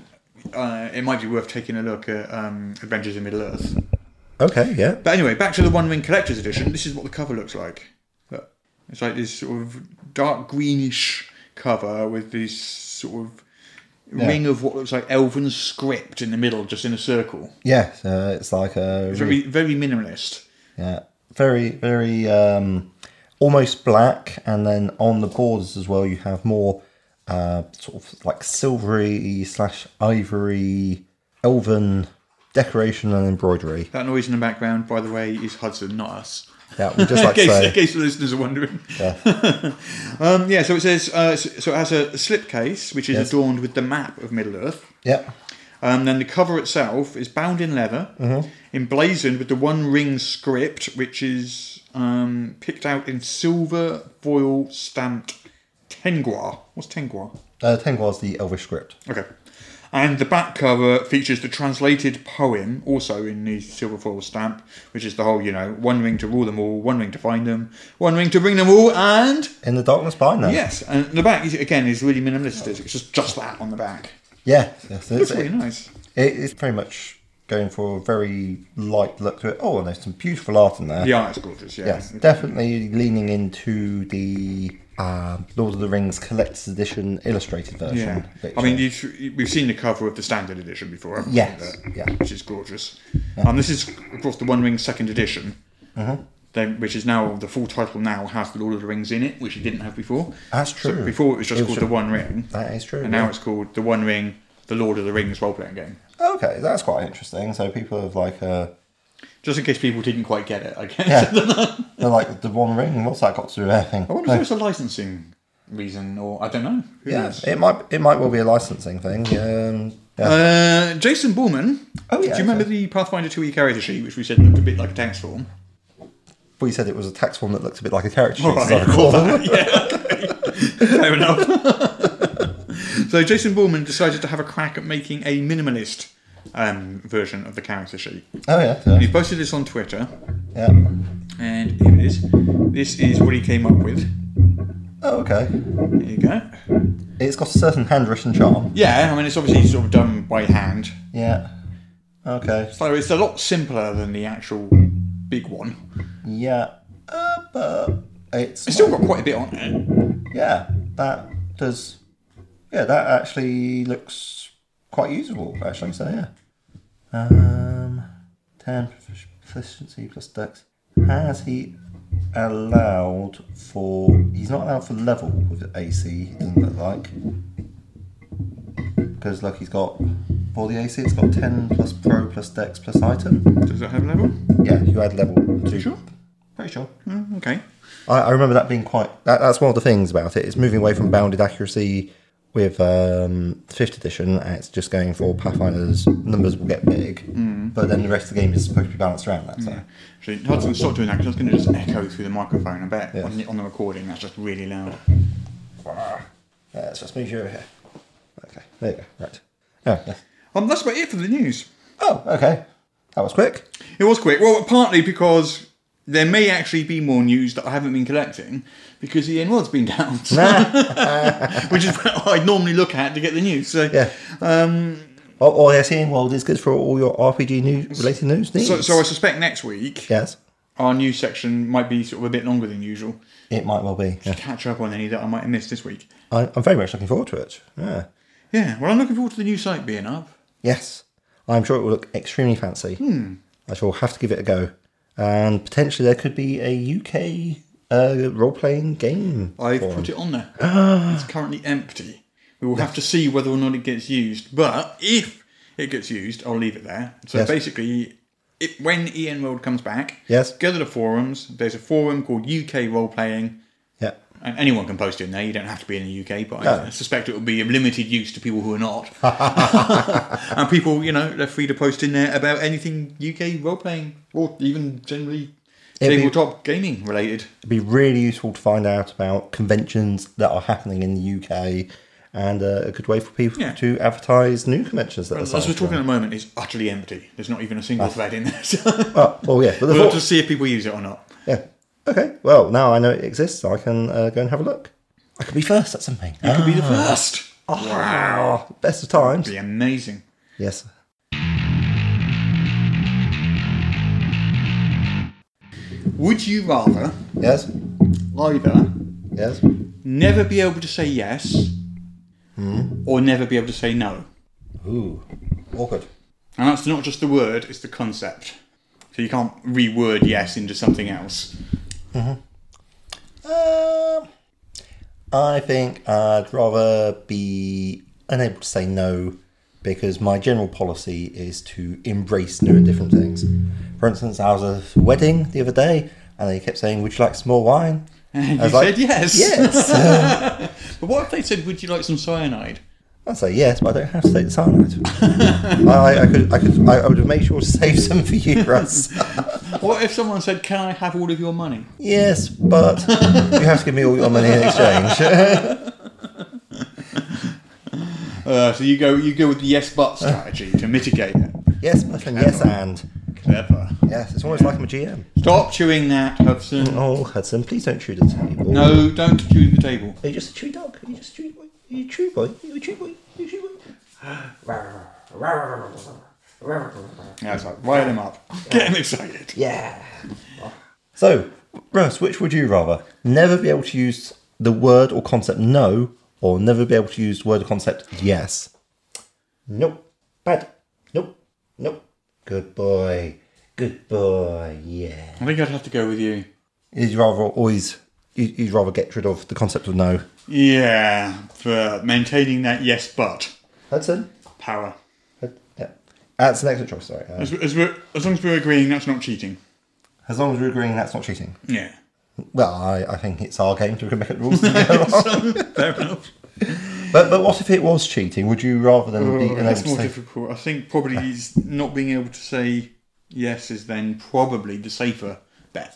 [SPEAKER 4] uh, it might be worth taking a look at um, Adventures in Middle Earth.
[SPEAKER 5] Okay, yeah.
[SPEAKER 4] But anyway, back to the One Ring Collector's Edition. This is what the cover looks like. Look, it's like this sort of dark greenish cover with this sort of ring of what looks like elven script in the middle, just in a circle.
[SPEAKER 5] Yeah, so it's like a
[SPEAKER 4] Very, very minimalist.
[SPEAKER 5] yeah, very, very um, almost black, and then on the borders as well, you have more uh, sort of like silvery slash ivory elven decoration and embroidery.
[SPEAKER 4] That noise in the background, by the way, is Hudson, not us.
[SPEAKER 5] Yeah,
[SPEAKER 4] *laughs*
[SPEAKER 5] we just like
[SPEAKER 4] in, case,
[SPEAKER 5] to
[SPEAKER 4] in
[SPEAKER 5] say.
[SPEAKER 4] case the listeners are wondering. *laughs* um, yeah, so it says uh, so so it has a slipcase which is
[SPEAKER 5] Yes.
[SPEAKER 4] adorned with the map of Middle Earth.
[SPEAKER 5] Yeah,
[SPEAKER 4] Um, then the cover itself is bound in leather,
[SPEAKER 5] Mm-hmm.
[SPEAKER 4] emblazoned with the One Ring script, which is um, picked out in silver foil stamped Tengua. What's Tengua?
[SPEAKER 5] uh, Tengua's the Elvish script.
[SPEAKER 4] Okay. And the back cover features the translated poem, also in the silver foil stamp, which is the whole, you know, one ring to rule them all, one ring to find them, one ring to bring them all, and
[SPEAKER 5] In the darkness behind them.
[SPEAKER 4] yes, and the back is, again is really minimalist. It's just just that on the back.
[SPEAKER 5] Yeah, yes, it's,
[SPEAKER 4] It's really nice.
[SPEAKER 5] It is very much going for a very light look to it. Oh, and there's some beautiful art in there.
[SPEAKER 4] The art is gorgeous. Yeah.
[SPEAKER 5] Yes, definitely leaning into the uh, Lord of the Rings collector's edition illustrated version.
[SPEAKER 4] Yeah,
[SPEAKER 5] which- uh,
[SPEAKER 4] I mean, you we've seen the cover of the standard edition before, haven't
[SPEAKER 5] Yes,
[SPEAKER 4] we?
[SPEAKER 5] yeah.
[SPEAKER 4] which is gorgeous. Um, this is, of course, the One Ring second edition,
[SPEAKER 5] Uh-huh.
[SPEAKER 4] then, which is now the full title. Now has the Lord of the Rings in it, which it didn't have before.
[SPEAKER 5] That's
[SPEAKER 4] So
[SPEAKER 5] true.
[SPEAKER 4] before it was just
[SPEAKER 5] It was
[SPEAKER 4] called
[SPEAKER 5] ju-
[SPEAKER 4] the One Ring,
[SPEAKER 5] that is true.
[SPEAKER 4] and now
[SPEAKER 5] yeah.
[SPEAKER 4] it's called the One Ring, the Lord of the Rings role playing game.
[SPEAKER 5] okay, that's quite interesting. So people have like
[SPEAKER 4] *laughs*
[SPEAKER 5] uh,
[SPEAKER 4] Just in case people didn't quite get it, I guess. *laughs*
[SPEAKER 5] they're like the One Ring. What's that got to do with anything?
[SPEAKER 4] I wonder if there's a licensing reason, or I don't know. Who
[SPEAKER 5] yeah,
[SPEAKER 4] knows?
[SPEAKER 5] it might it might well be a licensing thing. Um, yeah.
[SPEAKER 4] Uh, Jason Bullman.
[SPEAKER 5] Oh, yeah,
[SPEAKER 4] Do you remember
[SPEAKER 5] so-
[SPEAKER 4] the Pathfinder 2e character sheet, which we said looked a bit like a tax form?
[SPEAKER 5] we said it was a tax form that looked a bit like a character sheet.
[SPEAKER 4] All
[SPEAKER 5] as I
[SPEAKER 4] right,
[SPEAKER 5] recall. *laughs*
[SPEAKER 4] Fair enough. *laughs* so Jason Borman decided to have a crack at making a minimalist um, version of the character sheet.
[SPEAKER 5] Oh yeah, so,
[SPEAKER 4] He posted this on Twitter,
[SPEAKER 5] yeah.
[SPEAKER 4] and here it is. This is what he came up with.
[SPEAKER 5] Oh okay.
[SPEAKER 4] There you go.
[SPEAKER 5] It's got a certain handwritten charm.
[SPEAKER 4] Yeah, I mean it's obviously sort of done by hand,
[SPEAKER 5] Yeah. Okay.
[SPEAKER 4] so it's a lot simpler than the actual big one.
[SPEAKER 5] Yeah. Uh, but it's
[SPEAKER 4] It's still got quite a bit on it.
[SPEAKER 5] yeah, that does. Yeah, that actually looks quite usable, actually. So, yeah. Um, 10 profic- proficiency plus dex. Has he allowed for. He's not allowed for level with AC, it doesn't look like. Because, look, he's got. For the AC, it's got 10 plus pro plus dex plus item.
[SPEAKER 4] Does it have a level?
[SPEAKER 5] Yeah, you add level. To,
[SPEAKER 4] Sure.
[SPEAKER 5] Pretty sure.
[SPEAKER 4] Mm, Okay.
[SPEAKER 5] I, I remember that being quite. That, that's one of the things about it. It's moving away from bounded accuracy with um, fifth edition, and it's just going for Pathfinder's numbers will get big,
[SPEAKER 4] Mm.
[SPEAKER 5] but then the rest of the game is supposed to be balanced around that. So
[SPEAKER 4] Actually, Hudson, stop doing that because that's going to just echo through the microphone. I bet on, the, on the recording that's just really loud.
[SPEAKER 5] yeah, let's just move you over here. Okay, there you go. Right. Oh, yes.
[SPEAKER 4] Um, that's about it for the news.
[SPEAKER 5] oh, okay. That was quick.
[SPEAKER 4] It was quick. Well, partly because there may actually be more news that I haven't been collecting because the Ian Rod's been *laughs* down, which is what I normally look at to get the news. So,
[SPEAKER 5] Yeah. Um. Oh, oh yes, Ian World is good for all your RPG news related news needs.
[SPEAKER 4] so, so I suspect next week
[SPEAKER 5] yes,
[SPEAKER 4] our news section might be sort of a bit longer than usual.
[SPEAKER 5] it might well be. Yeah.
[SPEAKER 4] Catch up on any that I might have missed this week.
[SPEAKER 5] I, I'm very much looking forward to it. Yeah.
[SPEAKER 4] Yeah. Well, I'm looking forward to the new site being up.
[SPEAKER 5] Yes. I'm sure it will look extremely fancy.
[SPEAKER 4] Hmm.
[SPEAKER 5] I shall have to give it a go. And potentially there could be a UK uh, role playing game.
[SPEAKER 4] I've
[SPEAKER 5] for 'em.
[SPEAKER 4] put it on
[SPEAKER 5] *gasps*
[SPEAKER 4] there. it's currently empty. We will have to see whether or not it gets used. But if it gets used, I'll leave it there. So
[SPEAKER 5] Yes.
[SPEAKER 4] basically, it, when Ian World comes back,
[SPEAKER 5] Yes.
[SPEAKER 4] go to the forums. There's a forum called UK Role Playing,
[SPEAKER 5] Yeah.
[SPEAKER 4] and anyone can post in there. You don't have to be in the UK, but I
[SPEAKER 5] No.
[SPEAKER 4] suspect it will be of limited use to people who are
[SPEAKER 5] *laughs*
[SPEAKER 4] not. *laughs* and people, you know, they're free to post in there about anything UK role playing or even generally
[SPEAKER 5] It'd be-
[SPEAKER 4] tabletop gaming related.
[SPEAKER 5] It'd be really useful to find out about conventions that are happening in the UK and uh, a good way for people
[SPEAKER 4] Yeah.
[SPEAKER 5] to advertise new conventions that are
[SPEAKER 4] As we're
[SPEAKER 5] starting.
[SPEAKER 4] talking at the moment, it's utterly empty. There's not even a single thread in there. *laughs* So
[SPEAKER 5] Oh, well, yeah. But the
[SPEAKER 4] we'll have
[SPEAKER 5] thought,
[SPEAKER 4] to see if people use it or not.
[SPEAKER 5] yeah. Okay. Well, now I know it exists, I can uh, go and have a look. I could be first at something.
[SPEAKER 4] It could be the first. *laughs* Wow.
[SPEAKER 5] Ah, best of times.
[SPEAKER 4] It'd be amazing.
[SPEAKER 5] Yes.
[SPEAKER 4] Would you rather
[SPEAKER 5] Yes.
[SPEAKER 4] either
[SPEAKER 5] Yes.
[SPEAKER 4] never be able to say yes
[SPEAKER 5] Hmm?
[SPEAKER 4] or never be able to say no?
[SPEAKER 5] Ooh. Awkward.
[SPEAKER 4] And that's not just the word, it's the concept. So you can't reword yes into something else. *laughs*
[SPEAKER 5] Um, I think I'd rather be unable to say no because my general policy is to embrace new and different things. For instance, I was at a wedding the other day and they kept saying, Would you like some more wine?
[SPEAKER 4] And
[SPEAKER 5] I
[SPEAKER 4] you
[SPEAKER 5] was
[SPEAKER 4] said
[SPEAKER 5] like,
[SPEAKER 4] yes.
[SPEAKER 5] Yes!
[SPEAKER 4] *laughs*
[SPEAKER 5] *laughs*
[SPEAKER 4] But what if they said, would you like some cyanide?
[SPEAKER 5] I'd say yes, but I don't have to take the cyanide. *laughs* I, I could, I could, I would have made sure to save some for you, Russ. *laughs*
[SPEAKER 4] What if someone said, can I have all of your money?
[SPEAKER 5] yes, but you have to give me all your money in exchange. *laughs*
[SPEAKER 4] Uh, so you go, you go with the yes but strategy to mitigate it.
[SPEAKER 5] yes, but and yes, and
[SPEAKER 4] Clever.
[SPEAKER 5] yes. It's almost like I'm a GM.
[SPEAKER 4] Stop chewing that, Hudson.
[SPEAKER 5] Oh, Hudson, please don't chew the table.
[SPEAKER 4] No, don't chew the table.
[SPEAKER 5] Are you just a chew dog? Are you just a chew boy? Are you a chew boy? Are you a chew boy? Are you a chew boy?
[SPEAKER 4] Yeah, it's like, rile him up. *laughs* Get him excited.
[SPEAKER 5] Yeah. So, Russ, which would you rather? Never be able to use the word or concept no, or never be able to use the word or concept yes? Nope. Bad. Nope. Nope. Good boy. Good boy. Yeah.
[SPEAKER 4] I think I'd have to go with you.
[SPEAKER 5] You'd rather always, you'd you'd rather get rid of the concept of no.
[SPEAKER 4] Yeah, for maintaining that yes but
[SPEAKER 5] Hudson?
[SPEAKER 4] power.
[SPEAKER 5] Hud- Yeah. That's an excellent choice, sorry. Uh,
[SPEAKER 4] As, as, we're, as long as we're agreeing, that's not cheating.
[SPEAKER 5] as long as we're agreeing that's not cheating.
[SPEAKER 4] *laughs* Yeah.
[SPEAKER 5] Well, I, I think it's our game to make up the rules. as
[SPEAKER 4] *laughs*
[SPEAKER 5] we go along.
[SPEAKER 4] Fair enough.
[SPEAKER 5] but but what if it was cheating? Would you rather than be unable
[SPEAKER 4] Mm, That's
[SPEAKER 5] to
[SPEAKER 4] more
[SPEAKER 5] say-
[SPEAKER 4] difficult. I think probably is not being able to say yes is then probably the safer bet.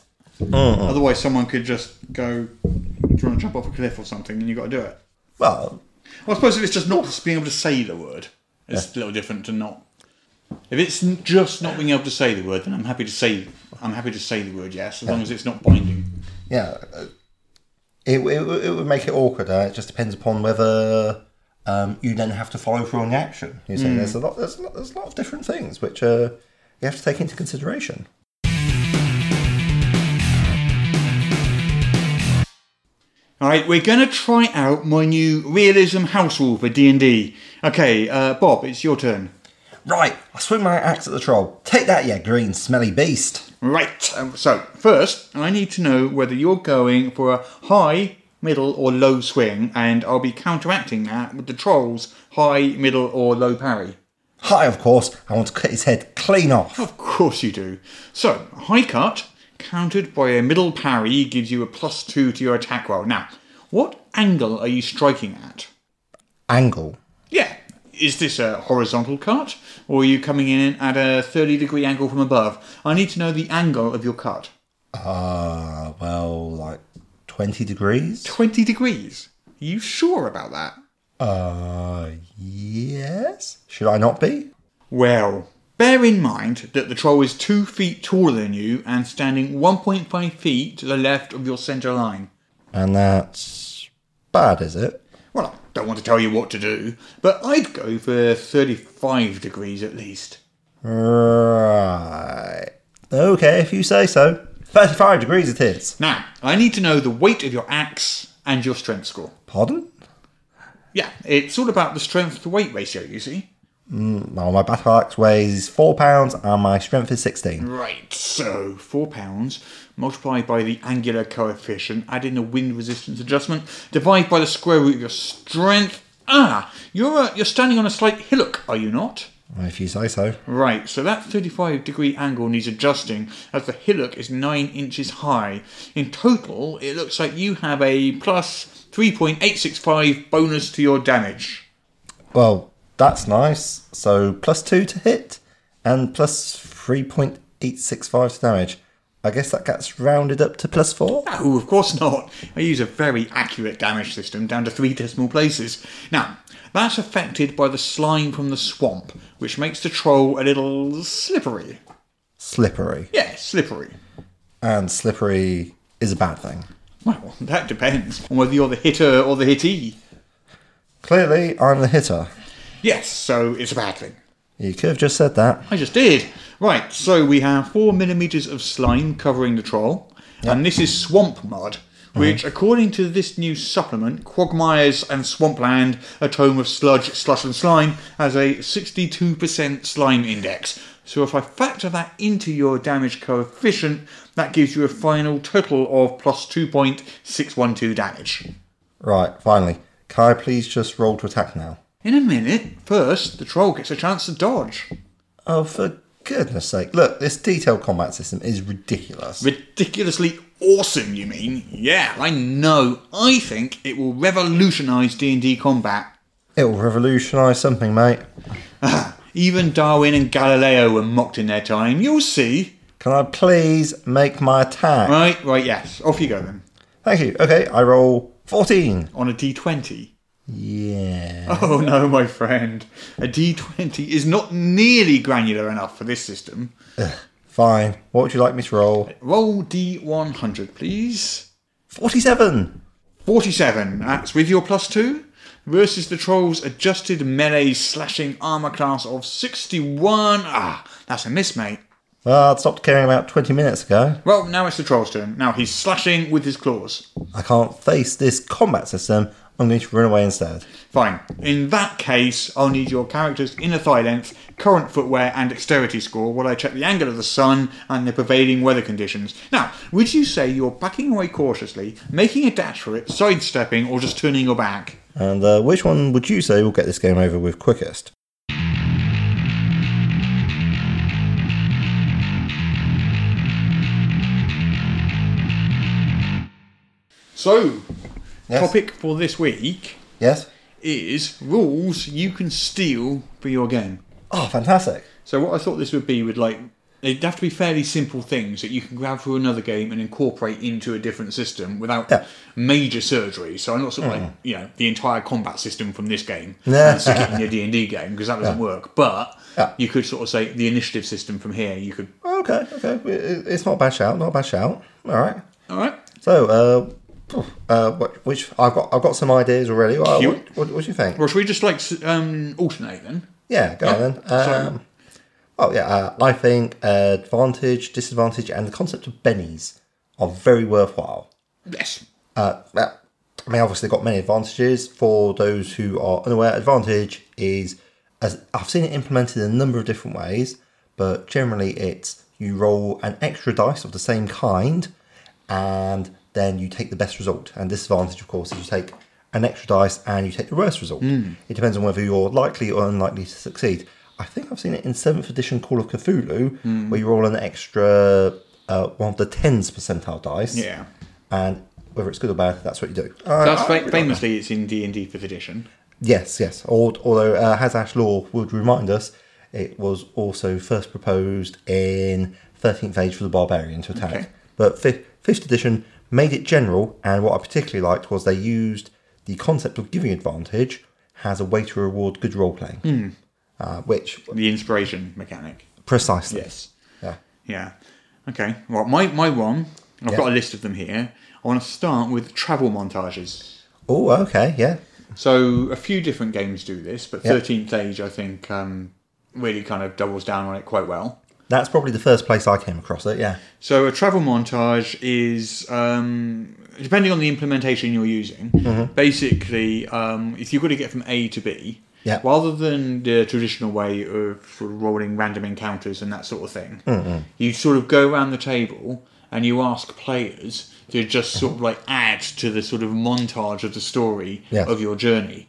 [SPEAKER 4] Otherwise, someone could just go, do you want to jump off a cliff or something, and you've got to do it.
[SPEAKER 5] Well,
[SPEAKER 4] Well, I suppose if it's just not being able to say the word, it's a little different to not. If it's n- just not being able to say the word, then I'm happy to say I'm happy to say the word yes, as long as it's not binding.
[SPEAKER 5] yeah, uh, it, it would- it would make it awkward. Uh, it just depends upon whether um, you then have to follow through on the action. You see, there's a
[SPEAKER 4] Mm.
[SPEAKER 5] lot there's a lot, there's a lot of different things which uh, you have to take into consideration.
[SPEAKER 4] All right, we're going to try out my new realism house rule for D and D. Okay, uh, Bob, it's your turn.
[SPEAKER 5] Right, I swing my axe at the troll. Take that, you green smelly beast.
[SPEAKER 4] Right. Um, so first, I need to know whether you're going for a high, middle, or low swing, and I'll be counteracting that with the trolls high, middle, or low parry.
[SPEAKER 5] Hi, of course. I want to cut his head clean off.
[SPEAKER 4] Of course you do. So, a high cut, countered by a middle parry, gives you a plus two to your attack roll. Now, what angle are you striking at?
[SPEAKER 5] Angle.
[SPEAKER 4] Yeah. Is this a horizontal cut, or are you coming in at a 30 degree angle from above? I need to know the angle of your cut.
[SPEAKER 5] Ah, well, like twenty degrees.
[SPEAKER 4] 20 degrees? Are you sure about that?
[SPEAKER 5] Uh, yes. Should I not be?
[SPEAKER 4] Well, bear in mind that the troll is two feet taller than you and standing 1.5 feet to the left of your centre line.
[SPEAKER 5] And that's bad, is it?
[SPEAKER 4] Well, I don't want to tell you what to do, but I'd go for 35 degrees at least.
[SPEAKER 5] Right. Okay, if you say so. 35 degrees it is.
[SPEAKER 4] Now, I need to know the weight of your axe and your strength score.
[SPEAKER 5] Pardon?
[SPEAKER 4] Yeah, it's all about the strength to weight ratio, you see.
[SPEAKER 5] Now my battle axe weighs four pounds and my strength is sixteen.
[SPEAKER 4] Right, so four pounds multiplied by the angular coefficient, add in the wind resistance adjustment, divide by the square root of your strength. Ah, you're uh, you're standing on a slight hillock, are you not?
[SPEAKER 5] If you say so.
[SPEAKER 4] Right, so that 35 degree angle needs adjusting as the hillock is 9 inches high. In total, it looks like you have a plus 3.865 bonus to your damage.
[SPEAKER 5] Well, that's nice. So plus two to hit and plus three point eight six five to damage. I guess that gets rounded up to plus four.
[SPEAKER 4] Oh, of course not. I use a very accurate damage system down to three decimal places. Now, that's affected by the slime from the swamp, which makes the troll a little slippery.
[SPEAKER 5] Slippery.
[SPEAKER 4] Yeah, slippery.
[SPEAKER 5] And slippery is a bad thing.
[SPEAKER 4] Well, *laughs* that depends on whether you're the hitter or the hittee.
[SPEAKER 5] Clearly, I'm the hitter.
[SPEAKER 4] Yes, so it's a bad thing.
[SPEAKER 5] You could have just said that.
[SPEAKER 4] I just did. Right, so we have four millimetres of slime covering the troll, and this is swamp mud, which, according to this new supplement, Quagmires and Swampland, a tome of sludge, slush, and slime, has a 62% slime index. So if I factor that into your damage coefficient, that gives you a final total of plus 2.612 damage.
[SPEAKER 5] Right, finally. Can I please just roll to attack now?
[SPEAKER 4] In a minute, first, the troll gets a chance to dodge.
[SPEAKER 5] Oh, for goodness sake. Look, this detailed combat system is ridiculous.
[SPEAKER 4] ridiculously awesome you mean yeah i know i think it will revolutionize d&d combat
[SPEAKER 5] It will revolutionise something, mate.
[SPEAKER 4] even darwin and galileo were mocked in their time you'll see
[SPEAKER 5] Can I please make my attack?
[SPEAKER 4] right right yes off you go then
[SPEAKER 5] Thank you. Okay, I roll 14.
[SPEAKER 4] on a d20
[SPEAKER 5] Yeah.
[SPEAKER 4] *laughs* oh no my friend a d20 is not nearly granular enough for this system
[SPEAKER 5] Fine. What would you like me to roll?
[SPEAKER 4] roll d100 please
[SPEAKER 5] 47.
[SPEAKER 4] 47 that's with your plus 2 versus the troll's adjusted melee slashing armor class of 61 ah that's a miss mate
[SPEAKER 5] Well, I'd stopped caring about 20 minutes ago.
[SPEAKER 4] Well, now it's the troll's turn. Now he's slashing with his claws.
[SPEAKER 5] I can't face this combat system. I'm going to run away instead.
[SPEAKER 4] Fine. In that case, I'll need your character's inner thigh length, current footwear, and dexterity score while I check the angle of the sun and the prevailing weather conditions. Now, would you say you're backing away cautiously, making a dash for it, sidestepping, or just turning your back?
[SPEAKER 5] And uh, which one would you say will get this game over with quickest?
[SPEAKER 4] So,
[SPEAKER 5] Yes.
[SPEAKER 4] topic for this week
[SPEAKER 5] Yes?
[SPEAKER 4] is rules you can steal for your game.
[SPEAKER 5] Oh, fantastic.
[SPEAKER 4] So what I thought this would be would like they'd have to be fairly simple things that you can grab from another game and incorporate into a different system without
[SPEAKER 5] Yeah. Mm.
[SPEAKER 4] major surgery. So I'm not sort of like you know the entire combat system from this
[SPEAKER 5] *laughs*
[SPEAKER 4] game
[SPEAKER 5] Yeah.
[SPEAKER 4] and stick it in your D and D game because that doesn't work. But
[SPEAKER 5] Yeah.
[SPEAKER 4] you could sort of say the initiative system from here. You could
[SPEAKER 5] Oh, Okay, okay. It- it- It's not a bad shout, not a bad shout. All right.
[SPEAKER 4] all right.
[SPEAKER 5] So, uh, phew, uh, what- which I've got, I've got some ideas already. Well,
[SPEAKER 4] Cute.
[SPEAKER 5] what, what, what do you think?
[SPEAKER 4] Or should we just like s- um, alternate then?
[SPEAKER 5] Yeah, go on
[SPEAKER 4] Yeah,
[SPEAKER 5] then.
[SPEAKER 4] so-
[SPEAKER 5] Um, oh yeah, uh, I think uh, advantage, disadvantage, and the concept of bennies are very worthwhile.
[SPEAKER 4] Yes.
[SPEAKER 5] Uh, well, I mean, obviously, they've got many advantages. For those who are unaware, advantage is as I've seen it implemented in a number of different ways, but generally, it's you roll an extra dice of the same kind, and then you take the best result. And disadvantage, of course, is you take an extra dice and you take the worst result. It depends on whether you're likely or unlikely to succeed. I think I've seen it in seventh edition Call of Cthulhu, where you roll an extra uh, one of the tens percentile dice
[SPEAKER 4] Yeah.
[SPEAKER 5] and whether it's good or bad, that's what you do. Uh,
[SPEAKER 4] That's fa- famously it's in D and D fifth edition.
[SPEAKER 5] yes, yes. Al- Although uh, Hazash law would remind us, it was also first proposed in 13th Age for the Barbarian to attack.
[SPEAKER 4] Okay.
[SPEAKER 5] But fifth, fifth edition made it general, and what I particularly liked was they used the concept of giving advantage as a way to reward good role playing,
[SPEAKER 4] Hmm.
[SPEAKER 5] uh, which
[SPEAKER 4] The inspiration mechanic.
[SPEAKER 5] precisely.
[SPEAKER 4] Yes.
[SPEAKER 5] Yeah.
[SPEAKER 4] Yeah. Okay. Well, my my one. I've
[SPEAKER 5] Yeah.
[SPEAKER 4] got a list of them here. I want to start with travel montages.
[SPEAKER 5] Oh, okay. Yeah.
[SPEAKER 4] So a few different games do this, but
[SPEAKER 5] Yeah.
[SPEAKER 4] Thirteenth Age, I think, um, really kind of doubles down on it quite well.
[SPEAKER 5] That's probably the first place I came across it. Yeah.
[SPEAKER 4] So a travel montage is, um,
[SPEAKER 5] Mm-hmm.
[SPEAKER 4] depending on the implementation you're using, basically, um, if you've got to get from A to B,
[SPEAKER 5] Yeah.
[SPEAKER 4] Rather than the traditional way of sort of rolling random encounters and that sort of thing,
[SPEAKER 5] Mm-hmm.
[SPEAKER 4] you sort of go around the table and you ask players to just sort of like add to the sort of montage of the story
[SPEAKER 5] Yeah. Mm-hmm.
[SPEAKER 4] of your journey.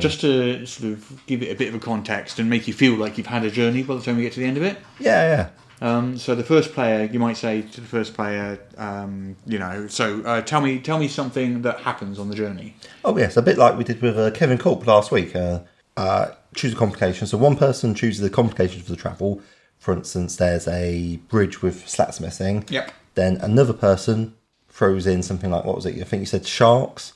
[SPEAKER 4] Just to sort of give it a bit of a context and make you feel like you've had a journey by the time we get to the end of it.
[SPEAKER 5] Yeah, yeah.
[SPEAKER 4] Um, so the first player, you might say to the first player, um, you know, so uh, tell me, tell me something that happens on the journey.
[SPEAKER 5] Oh, yes, a bit like we did with uh, Kevin Corp last week. Uh, uh, choose a complication. So one person chooses the complication for the travel. For instance, there's a bridge with slats missing.
[SPEAKER 4] Yep.
[SPEAKER 5] Then another person throws in something like, what was it? I think you said sharks.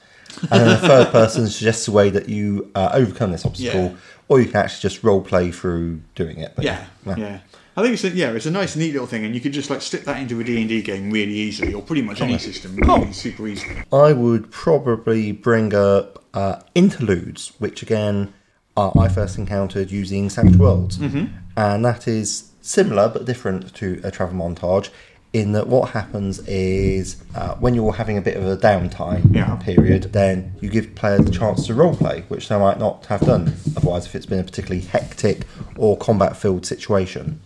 [SPEAKER 5] And then the
[SPEAKER 4] *laughs*
[SPEAKER 5] third person suggests a way that you uh, overcome this obstacle,
[SPEAKER 4] Yeah.
[SPEAKER 5] or you can actually just role play through doing it. But
[SPEAKER 4] Yeah, yeah. I think it's a, yeah, it's a nice, neat little thing, and you could just like slip that into a D and D game really easily, or pretty much any system, really super easily.
[SPEAKER 5] I would probably bring up uh, interludes, which again uh, I first encountered using Savage Worlds, and that is similar but different to a travel montage. In that, what happens is uh, when you're having a bit of a downtime
[SPEAKER 4] Yeah.
[SPEAKER 5] period, then you give players the chance to roleplay, which they might not have done otherwise if it's been a particularly hectic or combat filled situation.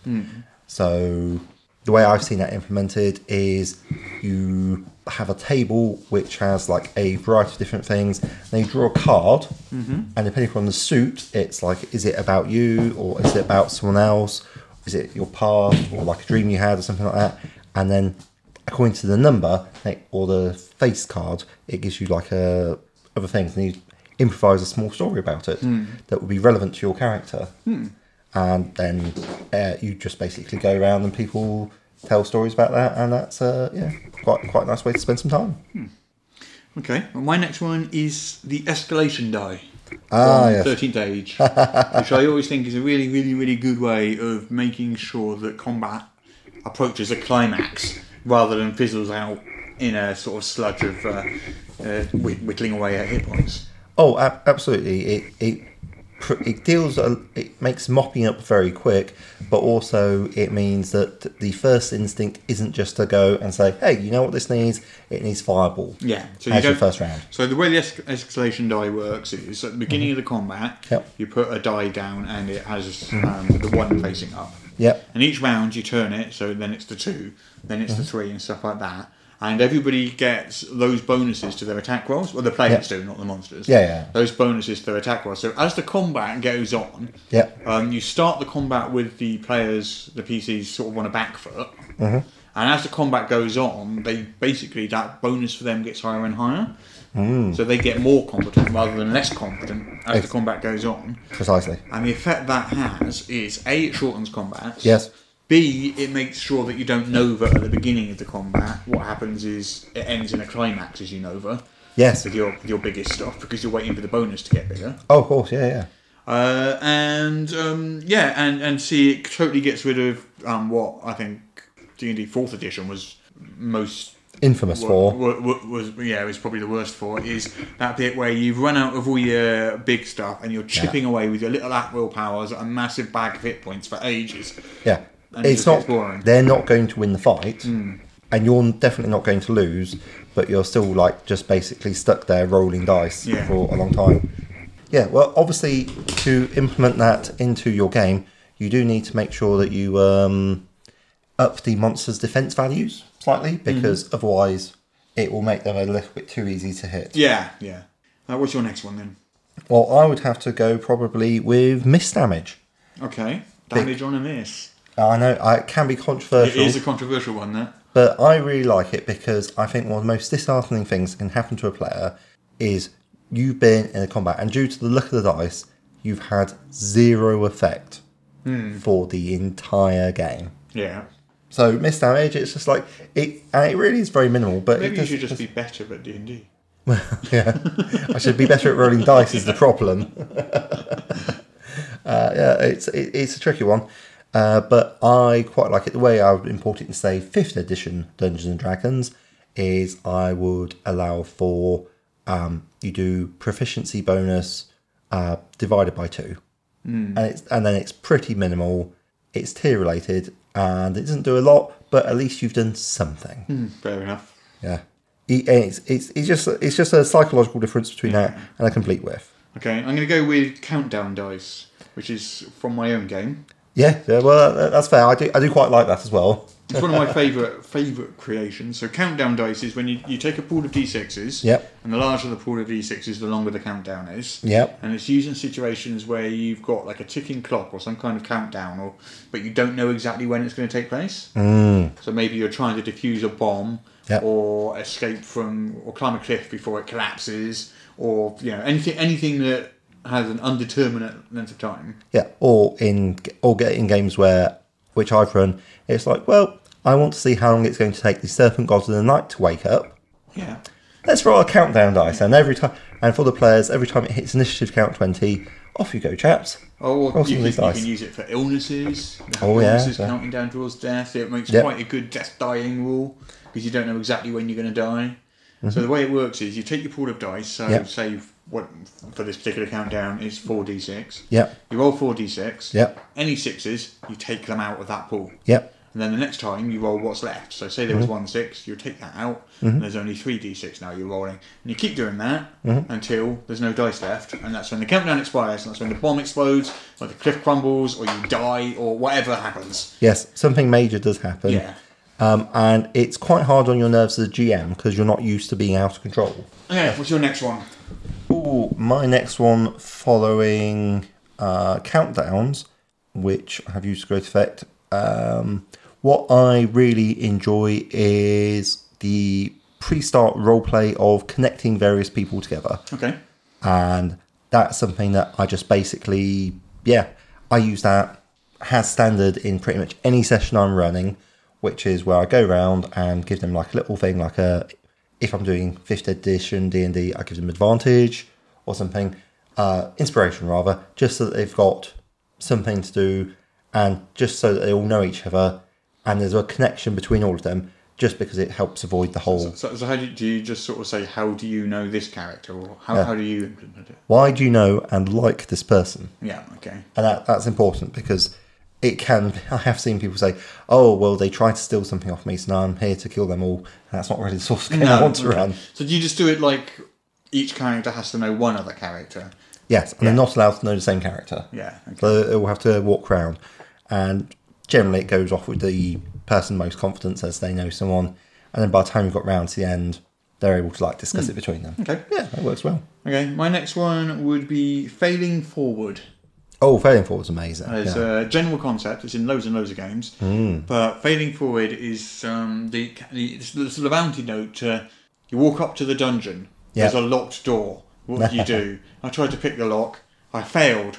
[SPEAKER 5] So the way I've seen that implemented is you have a table which has like a variety of different things. Then you draw a card, and depending on the suit, it's like is it about you or is it about someone else? Is it your past or like a dream you had or something like that? And then according to the number like, or the face card, it gives you like a other things, and you improvise a small story about it that would be relevant to your character and then uh, you just basically go around and people tell stories about that, and that's uh, yeah, quite quite a nice way to spend some time.
[SPEAKER 4] Okay, well, my next one is the escalation die.
[SPEAKER 5] Ah, yes.
[SPEAKER 4] Thirteenth age,
[SPEAKER 5] *laughs*
[SPEAKER 4] which I always think is a really, really, really good way of making sure that combat approaches a climax rather than fizzles out in a sort of sludge of uh, uh, whitt- whittling away at hit points.
[SPEAKER 5] Oh, ab- absolutely. It it pr- it deals. a- It makes mopping up very quick, but also it means that the first instinct isn't just to go and say, "Hey, you know what this needs? It needs fireball."
[SPEAKER 4] Yeah. So
[SPEAKER 5] as your
[SPEAKER 4] don't-
[SPEAKER 5] first round.
[SPEAKER 4] So the way the es- escalation die works is at the beginning of the combat,
[SPEAKER 5] Mm-hmm. Yep. Mm-hmm.
[SPEAKER 4] you put a die down and it has um, the one facing up.
[SPEAKER 5] Yep. Mm-hmm.
[SPEAKER 4] And each round you turn it, so then it's the two, then it's the three, and stuff like that. And everybody gets those bonuses to their attack rolls. Well, the players do, not the monsters.
[SPEAKER 5] Yeah, yeah.
[SPEAKER 4] Those bonuses to their attack rolls. So as the combat goes on,
[SPEAKER 5] Yep.
[SPEAKER 4] um, you start the combat with the players, the PCs, sort of on a back foot. And as the combat goes on, they basically that bonus for them gets higher and higher. So they get more competent rather than less competent as the
[SPEAKER 5] Ex-
[SPEAKER 4] combat goes on.
[SPEAKER 5] Precisely.
[SPEAKER 4] And the effect that has is A, it shortens combat.
[SPEAKER 5] Yes.
[SPEAKER 4] B, it makes sure that you don't nova at the beginning of the combat. What happens is it ends in a climax as you nova.
[SPEAKER 5] Yes.
[SPEAKER 4] With your, with your biggest stuff because you're waiting for the bonus to get bigger.
[SPEAKER 5] Oh, of course. Yeah, yeah.
[SPEAKER 4] Uh, and um, yeah, and and see, it totally gets rid of um, what I think D and D fourth edition was most
[SPEAKER 5] Infamous
[SPEAKER 4] wa-
[SPEAKER 5] for.
[SPEAKER 4] wa- wa- was yeah was probably the worst for is that bit where you've run out of all your big stuff and you're chipping away with your little at will powers a massive bag of hit points for ages.
[SPEAKER 5] Yeah,
[SPEAKER 4] And it
[SPEAKER 5] it's
[SPEAKER 4] just
[SPEAKER 5] not.
[SPEAKER 4] gets boring. Hmm.
[SPEAKER 5] They're not going to win the fight, and you're definitely not going to lose. But you're still like just basically stuck there rolling dice
[SPEAKER 4] Yeah.
[SPEAKER 5] for a long time. Yeah. Well, obviously, to implement that into your game, you do need to make sure that you um, up the monster's defense values slightly
[SPEAKER 4] Mm-hmm.
[SPEAKER 5] because otherwise, it will make them a little bit too easy to hit.
[SPEAKER 4] Yeah, yeah. Uh, what's your next one then?
[SPEAKER 5] Well, I would have to go probably with miss damage.
[SPEAKER 4] Okay, damage on a miss.
[SPEAKER 5] I know I- it can be
[SPEAKER 4] It
[SPEAKER 5] controversial.
[SPEAKER 4] is a controversial one that.
[SPEAKER 5] But I really like it because I think one of the most disheartening things that can happen to a player is you've been in a combat, and due to the luck of the dice, you've had zero effect
[SPEAKER 4] Hmm.
[SPEAKER 5] for the entire game.
[SPEAKER 4] Yeah.
[SPEAKER 5] So missed damage, it's just like it, and it really is very minimal. But
[SPEAKER 4] Maybe
[SPEAKER 5] it
[SPEAKER 4] you
[SPEAKER 5] does-
[SPEAKER 4] should just be better at D and D.
[SPEAKER 5] yeah, I should be better at rolling dice is the problem. *laughs* uh, yeah, it's it, it's a tricky one, uh, but I quite like it. The way I would import it in say fifth edition Dungeons and Dragons is I would allow for um, you do proficiency bonus uh, divided by two, and it's and then it's pretty minimal. It's tier related and it doesn't do a lot, but at least you've done something.
[SPEAKER 4] Fair enough.
[SPEAKER 5] Yeah, It- it's, it's it's just it's just a psychological difference between that and a complete whiff.
[SPEAKER 4] Okay, I'm going to go with countdown dice, which is from my own game.
[SPEAKER 5] Yeah, yeah. Well, that- that's fair. I do, I do quite like that as well.
[SPEAKER 4] It's one of my favourite favourite creations. So countdown dice is when you, you take a pool of d6s.
[SPEAKER 5] Yep.
[SPEAKER 4] And the larger the pool of d6s, the longer the countdown is.
[SPEAKER 5] Yep.
[SPEAKER 4] And it's used in situations where you've got like a ticking clock or some kind of countdown, or but you don't know exactly when it's going to take place. So maybe you're trying to defuse a bomb,
[SPEAKER 5] Mm. Yep.
[SPEAKER 4] or escape from, or climb a cliff before it collapses, or you know anything anything that has an undeterminate length of time.
[SPEAKER 5] Yeah, or in or get in games where which I've run, it's like, well, I want to see how long it's going to take the serpent gods of the night to wake up.
[SPEAKER 4] Yeah.
[SPEAKER 5] Let's roll a countdown dice, and every time, and for the players, every time it hits initiative count twenty, off you go, chaps.
[SPEAKER 4] Oh,
[SPEAKER 5] Roll
[SPEAKER 4] well,
[SPEAKER 5] some
[SPEAKER 4] you,
[SPEAKER 5] of
[SPEAKER 4] can,
[SPEAKER 5] these
[SPEAKER 4] you
[SPEAKER 5] dice.
[SPEAKER 4] can use it for illnesses.
[SPEAKER 5] Oh, yeah,
[SPEAKER 4] illnesses
[SPEAKER 5] yeah.
[SPEAKER 4] counting down towards death. It makes
[SPEAKER 5] Yep.
[SPEAKER 4] quite a good death dying rule because you don't know exactly when you're going to die. So the way it works is you take your pool of dice. So
[SPEAKER 5] Mm-hmm. Yep.
[SPEAKER 4] say what for this particular countdown is four d six.
[SPEAKER 5] Yep.
[SPEAKER 4] You roll four d six.
[SPEAKER 5] Yep.
[SPEAKER 4] Any sixes, you take them out of that pool.
[SPEAKER 5] Yep,
[SPEAKER 4] And then the next time you roll what's left. So say there
[SPEAKER 5] Mm-hmm.
[SPEAKER 4] was one six, you take that out, and there's only three d6 now you're rolling. And you keep doing that
[SPEAKER 5] Mm-hmm.
[SPEAKER 4] until there's no dice left, and that's when the countdown expires, and that's when the bomb explodes, or the cliff crumbles, or you die, or whatever happens.
[SPEAKER 5] yes, something major does happen.
[SPEAKER 4] Yeah.
[SPEAKER 5] Um, and it's quite hard on your nerves as a GM because you're not used to being out of control.
[SPEAKER 4] Okay, what's your next one?
[SPEAKER 5] Ooh, my next one following uh, countdowns, which have used to great effect. Um, what I really enjoy is the pre-start roleplay of connecting various people together,
[SPEAKER 4] Okay.
[SPEAKER 5] and that's something that I just basically, yeah, I use that as standard in pretty much any session I'm running, which is where I go round and give them like a little thing, like a if I'm doing fifth edition D and I give them advantage or something, uh, inspiration rather, just so that they've got something to do, and just so that they all know each other, and there's a connection between all of them, just because it helps avoid the whole.
[SPEAKER 4] So, so how do you, do you just sort of say, how do you know this character, or how, how do you implement it?
[SPEAKER 5] Why do you know and like this person?
[SPEAKER 4] Yeah, okay.
[SPEAKER 5] and that, that's important because it can. *laughs* I have seen people say, "Oh, well, they tried to steal something off me, so now I'm here to kill them all." And that's not really the sort of game *laughs* I want to
[SPEAKER 4] okay.
[SPEAKER 5] run.
[SPEAKER 4] So do you just do it like each character has to know one other character?
[SPEAKER 5] Yes, and they're not allowed to know the same character.
[SPEAKER 4] Yeah, okay.
[SPEAKER 5] so they will have to walk around, and generally it goes off with the person most confident says they know someone, and then by the time you've got round to the end, they're able to like discuss it between them.
[SPEAKER 4] Hmm. Okay.
[SPEAKER 5] yeah, that works well.
[SPEAKER 4] Okay, my next one would be failing forward.
[SPEAKER 5] Oh, failing forward was amazing.
[SPEAKER 4] It's
[SPEAKER 5] yeah. Hmm.
[SPEAKER 4] a general concept. It's in loads and loads of games. But failing forward is um, the, the it's the sort of antidote. Uh, you walk up to the dungeon.
[SPEAKER 5] Yeah.
[SPEAKER 4] There's a locked door. What do you do?
[SPEAKER 5] *laughs*
[SPEAKER 4] I tried to pick the lock. I failed.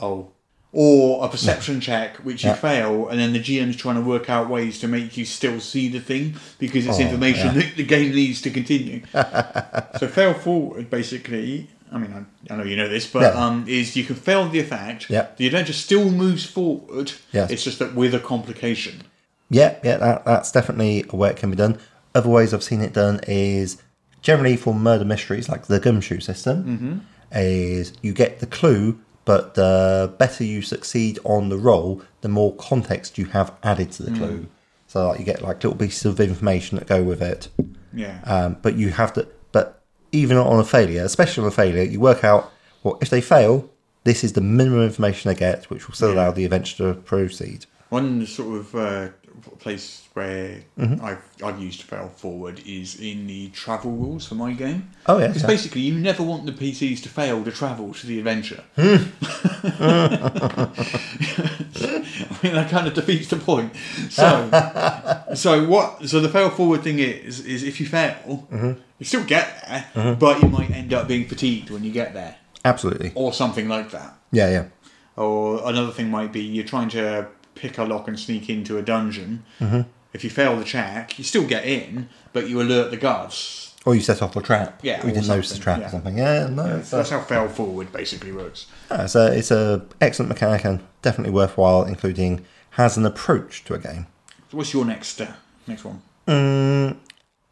[SPEAKER 4] Oh. Or a
[SPEAKER 5] *laughs*
[SPEAKER 4] perception check, which you
[SPEAKER 5] Yeah.
[SPEAKER 4] fail, and then the GM's trying to work out ways to make you still see the thing because
[SPEAKER 5] Oh,
[SPEAKER 4] it's information that the game needs to
[SPEAKER 5] *laughs*
[SPEAKER 4] continue. So fail forward, basically. I mean, I, I know you know this, but
[SPEAKER 5] Yeah.
[SPEAKER 4] um, is you can fail the effect.
[SPEAKER 5] Yeah.
[SPEAKER 4] The adventure still moves forward.
[SPEAKER 5] Yes.
[SPEAKER 4] It's just that with a complication.
[SPEAKER 5] Yeah, yeah, that, that's definitely a way it can be done. Other ways I've seen it done is generally for murder mysteries, like the gumshoe system, is you get the clue, but the better you succeed on the roll, the more context you have added to the clue. So like you get like little pieces of information that go with it.
[SPEAKER 4] Yeah.
[SPEAKER 5] Um, but you have to, but even on a failure, especially on a failure, you work out well if they fail, this is the minimum information they get, which will still allow the adventure to proceed.
[SPEAKER 4] One sort of uh, place where
[SPEAKER 5] Mm-hmm.
[SPEAKER 4] I've, I've used fail forward is in the travel rules for my game.
[SPEAKER 5] Oh, yeah,
[SPEAKER 4] Because
[SPEAKER 5] yeah.
[SPEAKER 4] basically, you never want the PCs to fail to travel to the adventure.
[SPEAKER 5] Hmm.
[SPEAKER 4] *laughs* I mean, that kind of defeats the point. So,
[SPEAKER 5] *laughs*
[SPEAKER 4] so what? So the fail forward thing is, is if you fail,
[SPEAKER 5] Mm-hmm.
[SPEAKER 4] you still get there, but you might end up being fatigued when you get there,
[SPEAKER 5] Absolutely.
[SPEAKER 4] or something like that.
[SPEAKER 5] Yeah, yeah.
[SPEAKER 4] Or another thing might be you're trying to pick a lock and sneak into a dungeon. If you fail the check, you still get in, but you alert the guards.
[SPEAKER 5] Or you set off a trap.
[SPEAKER 4] Yeah,
[SPEAKER 5] We
[SPEAKER 4] or
[SPEAKER 5] didn't notice the
[SPEAKER 4] something,
[SPEAKER 5] trap
[SPEAKER 4] yeah.
[SPEAKER 5] or something. Yeah, no. It's,
[SPEAKER 4] So
[SPEAKER 5] a,
[SPEAKER 4] that's how fail forward basically works.
[SPEAKER 5] yeah, it's, a, it's a excellent mechanic and definitely worthwhile, including has an approach to a game.
[SPEAKER 4] So what's your next uh, next one?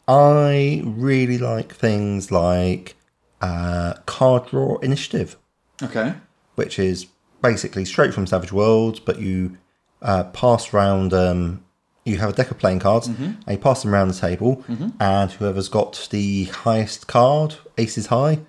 [SPEAKER 5] I really like things like uh, card draw initiative,
[SPEAKER 4] Okay.
[SPEAKER 5] which is basically straight from Savage Worlds, but you uh, pass round. Um, you have a deck of playing cards, and you pass them around the table, and whoever's got the highest card, aces high,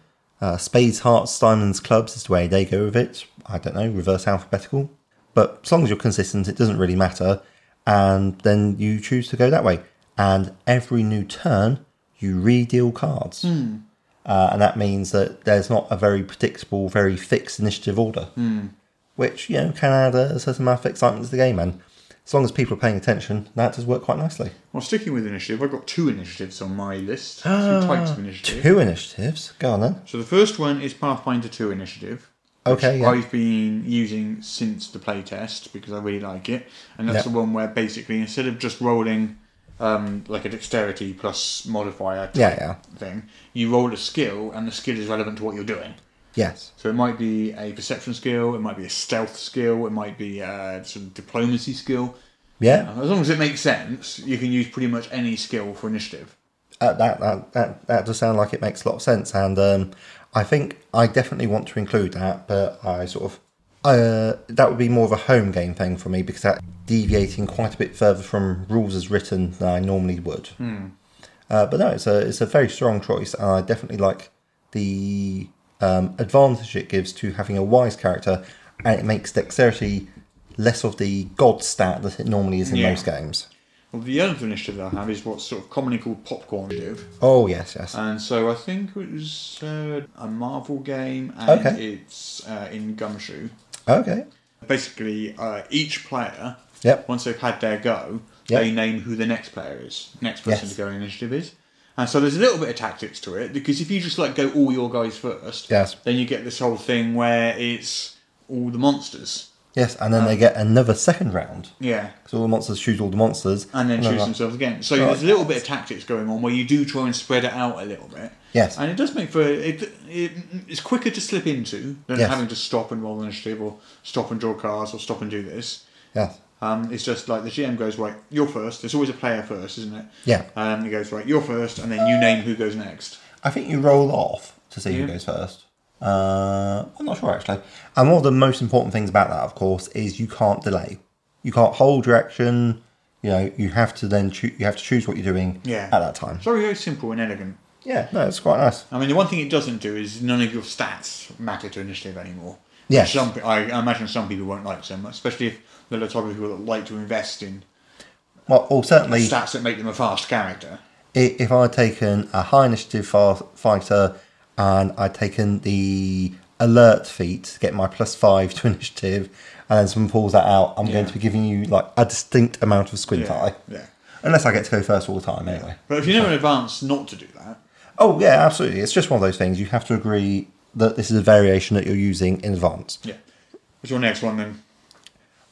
[SPEAKER 5] Uh, spades, hearts, diamonds, clubs is the way they go with it. I don't know, reverse alphabetical. But as long as you're consistent, it doesn't really matter. And then you choose to go that way. And every new turn, you redeal cards. Uh, and that means that there's not a very predictable, very fixed initiative order, which, you know, can add a certain amount of excitement to the game. And as long as people are paying attention, that does work quite nicely.
[SPEAKER 4] Well, sticking with initiative, I've got two initiatives on my list. Two types of initiative.
[SPEAKER 5] Two initiatives. Go on then.
[SPEAKER 4] So the first one is Pathfinder 2 initiative.
[SPEAKER 5] Okay, yeah.
[SPEAKER 4] I've been using since the playtest because I really like it, and that's
[SPEAKER 5] Yep.
[SPEAKER 4] the one where basically instead of just rolling um, like a dexterity plus modifier type
[SPEAKER 5] Yeah, yeah.
[SPEAKER 4] thing, you roll a skill, and the skill is relevant to what you're doing.
[SPEAKER 5] Yes.
[SPEAKER 4] So it might be a perception skill, it might be a stealth skill, it might be a sort of diplomacy skill.
[SPEAKER 5] Yeah.
[SPEAKER 4] As long as it makes sense, you can use pretty much any skill for initiative.
[SPEAKER 5] Uh, that, that that that does sound like it makes a lot of sense, and um, I think I definitely want to include that. But I sort of uh, that would be more of a home game thing for me because that deviating quite a bit further from rules as written than I normally would. Uh, but no, it's a it's a very strong choice, and I definitely like the um, advantage it gives to having a wise character, and it makes dexterity less of the god stat that it normally is in
[SPEAKER 4] Yeah.
[SPEAKER 5] most games.
[SPEAKER 4] Well, the other initiative that I have is what's sort of commonly called popcorn initiative.
[SPEAKER 5] Oh yes, yes.
[SPEAKER 4] And so I think it was uh, a Marvel game, and
[SPEAKER 5] Okay.
[SPEAKER 4] it's uh, in Gumshoe.
[SPEAKER 5] okay.
[SPEAKER 4] Basically, uh, each player,
[SPEAKER 5] Yep.
[SPEAKER 4] once they've had their go,
[SPEAKER 5] Yep.
[SPEAKER 4] they name who the next player is, next person
[SPEAKER 5] Yes.
[SPEAKER 4] to go in initiative is. And so there's a little bit of tactics to it because if you just like go all your guys first,
[SPEAKER 5] Yes.
[SPEAKER 4] then you get this whole thing where it's all the monsters.
[SPEAKER 5] Yes, and
[SPEAKER 4] Um,
[SPEAKER 5] then they get another second round.
[SPEAKER 4] Yeah.
[SPEAKER 5] So all the monsters shoot all the monsters.
[SPEAKER 4] and then choose
[SPEAKER 5] they're like,
[SPEAKER 4] themselves again. So there's a little bit of tactics going on where you do try and spread it out a little bit.
[SPEAKER 5] Yes.
[SPEAKER 4] and it does make for it. it it's quicker to slip into than
[SPEAKER 5] Yes.
[SPEAKER 4] having to stop and roll initiative or stop and draw cards or stop and do this.
[SPEAKER 5] Yes.
[SPEAKER 4] Um, it's just like the GM goes right, you're first. There's always a player first, isn't it?
[SPEAKER 5] Yeah.
[SPEAKER 4] Um, he goes right, you're first, and then you name who goes next.
[SPEAKER 5] I think you roll off to see who goes first. Uh, I'm not sure actually. And one of the most important things about that, of course, is you can't delay. You can't hold your action. You know, you have to then choo- you have to choose what you're doing
[SPEAKER 4] Yeah.
[SPEAKER 5] at that time.
[SPEAKER 4] It's very very simple and elegant.
[SPEAKER 5] Yeah, no, it's quite nice.
[SPEAKER 4] I mean, the one thing it doesn't do is none of your stats matter to initiative anymore.
[SPEAKER 5] Yes.
[SPEAKER 4] Some, I I imagine some people won't like so much, especially if they're the type of people that like to invest in
[SPEAKER 5] Well, or certainly,
[SPEAKER 4] stats that make them a fast character.
[SPEAKER 5] i- if I'd taken a high initiative fa- fighter and I'd taken the alert feat to get my plus five to *laughs* initiative, and then someone pulls that out, I'm going
[SPEAKER 4] Yeah.
[SPEAKER 5] to be giving you like a distinct amount of squint eye.
[SPEAKER 4] yeah.
[SPEAKER 5] Unless I get to go first all the time, anyway.
[SPEAKER 4] But if you know in advance not to do that,
[SPEAKER 5] Oh, yeah, absolutely. It's just one of those things. You have to agree that this is a variation that you're using in advance.
[SPEAKER 4] yeah. What's your next one then?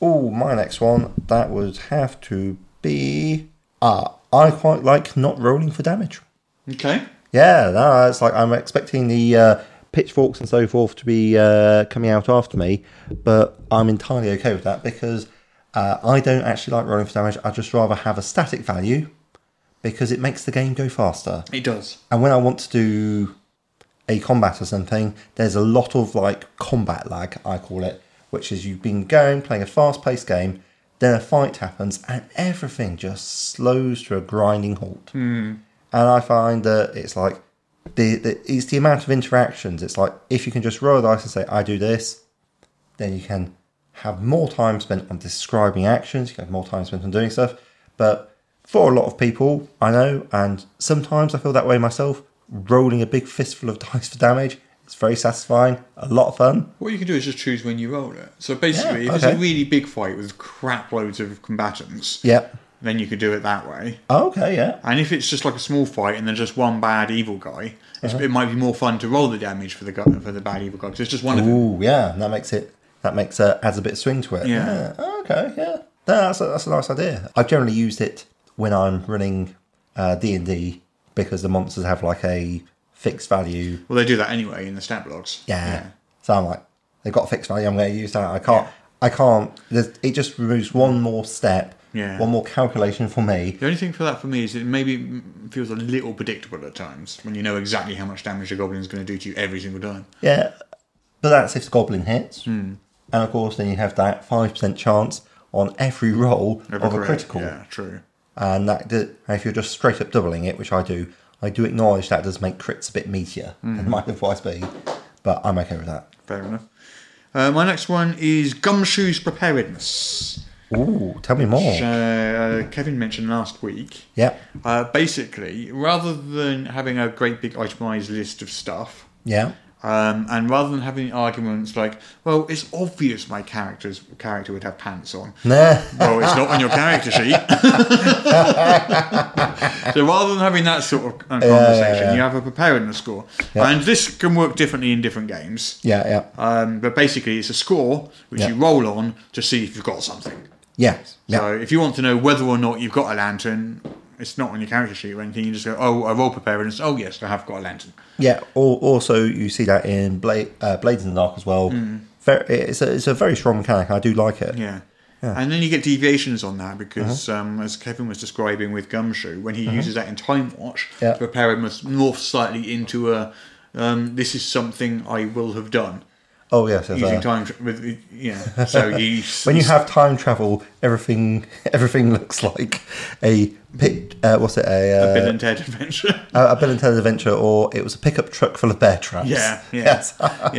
[SPEAKER 5] Oh, my next one, that would have to be. Ah, I quite like not rolling for damage.
[SPEAKER 4] Okay.
[SPEAKER 5] Yeah, no, it's like I'm expecting the uh, pitchforks and so forth to be uh, coming out after me, but I'm entirely okay with that because uh, I don't actually like rolling for damage. I'd just rather have a static value because it makes the game go faster.
[SPEAKER 4] It does.
[SPEAKER 5] And when I want to do a combat or something, there's a lot of like combat lag, I call it, which is you've been going, playing a fast paced game, then a fight happens, and everything just slows to a grinding halt. And I find that it's like, the, the, it's the amount of interactions. It's like, if you can just roll a dice and say, I do this, then you can have more time spent on describing actions, you can have more time spent on doing stuff. But for a lot of people, I know, and sometimes I feel that way myself, rolling a big fistful of *laughs* dice for damage is very satisfying, a lot of fun.
[SPEAKER 4] What you can do is just choose when you roll it. So basically,
[SPEAKER 5] Yeah,
[SPEAKER 4] if it's
[SPEAKER 5] okay.
[SPEAKER 4] a really big fight with crap loads of combatants,
[SPEAKER 5] Yep.
[SPEAKER 4] then you could do it that way.
[SPEAKER 5] Oh, Okay, yeah.
[SPEAKER 4] And if it's just like a small fight and there's just one bad evil guy, it's
[SPEAKER 5] Uh-huh.
[SPEAKER 4] it might be more fun to roll the damage for the guy, for the bad evil guy because it's just one of them.
[SPEAKER 5] Ooh, yeah. And that makes it that makes uh, adds a bit of swing to it.
[SPEAKER 4] Yeah.
[SPEAKER 5] Okay. Yeah. No, that's a, that's a nice idea. I've generally used it when I'm running uh, D and D because the monsters have like a fixed value.
[SPEAKER 4] Well, they do that anyway in the stat blocks.
[SPEAKER 5] Yeah. So I'm like, they've got a fixed value. I'm going to use that. I can't. I can't. There's, it just removes one more step.
[SPEAKER 4] Yeah.
[SPEAKER 5] One more calculation for me.
[SPEAKER 4] The only thing for that for me is it maybe mm, feels a little predictable at times when you know exactly how much damage a goblin's going to do to you every single time.
[SPEAKER 5] Yeah. But that's if the goblin hits.
[SPEAKER 4] Hmm.
[SPEAKER 5] And of course, then you have that five percent chance on every roll
[SPEAKER 4] Every
[SPEAKER 5] of a
[SPEAKER 4] crit,
[SPEAKER 5] critical.
[SPEAKER 4] Yeah, true.
[SPEAKER 5] and that did, and if you're just straight up doubling it, which I do, I do acknowledge that does make crits a bit meatier
[SPEAKER 4] Hmm.
[SPEAKER 5] than *laughs* might otherwise be, but I'm okay with that.
[SPEAKER 4] Fair enough. Uh, my next one is Gumshoes Preparedness.
[SPEAKER 5] Ooh, tell me more.
[SPEAKER 4] Uh, uh, Kevin mentioned last week.
[SPEAKER 5] Yeah,
[SPEAKER 4] Uh, basically, rather than having a great big itemized list of stuff,
[SPEAKER 5] yeah,
[SPEAKER 4] um, and rather than having arguments like, "Well, it's obvious my character's character would have pants on,"
[SPEAKER 5] *laughs* nah.
[SPEAKER 4] well, it's not on your character sheet. *laughs* so rather than having that sort of uh, conversation,
[SPEAKER 5] yeah.
[SPEAKER 4] you have a preparedness score, and this can work differently in different games.
[SPEAKER 5] yeah, yeah,
[SPEAKER 4] Um, but basically, it's a score which
[SPEAKER 5] Yeah.
[SPEAKER 4] you roll on to see if you've got something.
[SPEAKER 5] yeah, yeah.
[SPEAKER 4] So if you want to know whether or not you've got a lantern, it's not on your character sheet or anything. You just go, "Oh, I roll preparedness. Oh, yes, I have got a lantern."
[SPEAKER 5] Yeah. Or, also, you see that in Blade, uh, Blades in the Dark as well. Very, it's a it's a very strong mechanic. I do like it.
[SPEAKER 4] Hmm. Yeah. And then you get deviations on that because,
[SPEAKER 5] Uh-huh.
[SPEAKER 4] um, as Kevin was describing with Gumshoe, when he uses that in Time Watch
[SPEAKER 5] Yeah.
[SPEAKER 4] to prepare him as- north slightly into a um, this is something I will have done
[SPEAKER 5] Oh yes. yes,
[SPEAKER 4] using
[SPEAKER 5] uh,
[SPEAKER 4] time. Tra- with, yeah. So
[SPEAKER 5] *laughs*
[SPEAKER 4] you
[SPEAKER 5] when you have time travel, everything *laughs* everything looks like a pit. Uh, what's it? A, uh, Oh,
[SPEAKER 4] Bill and Ted adventure. *laughs*
[SPEAKER 5] a, a Bill and Ted adventure, or it was a pickup truck full of bear traps. *laughs*
[SPEAKER 4] yeah. Yeah.
[SPEAKER 5] Yes.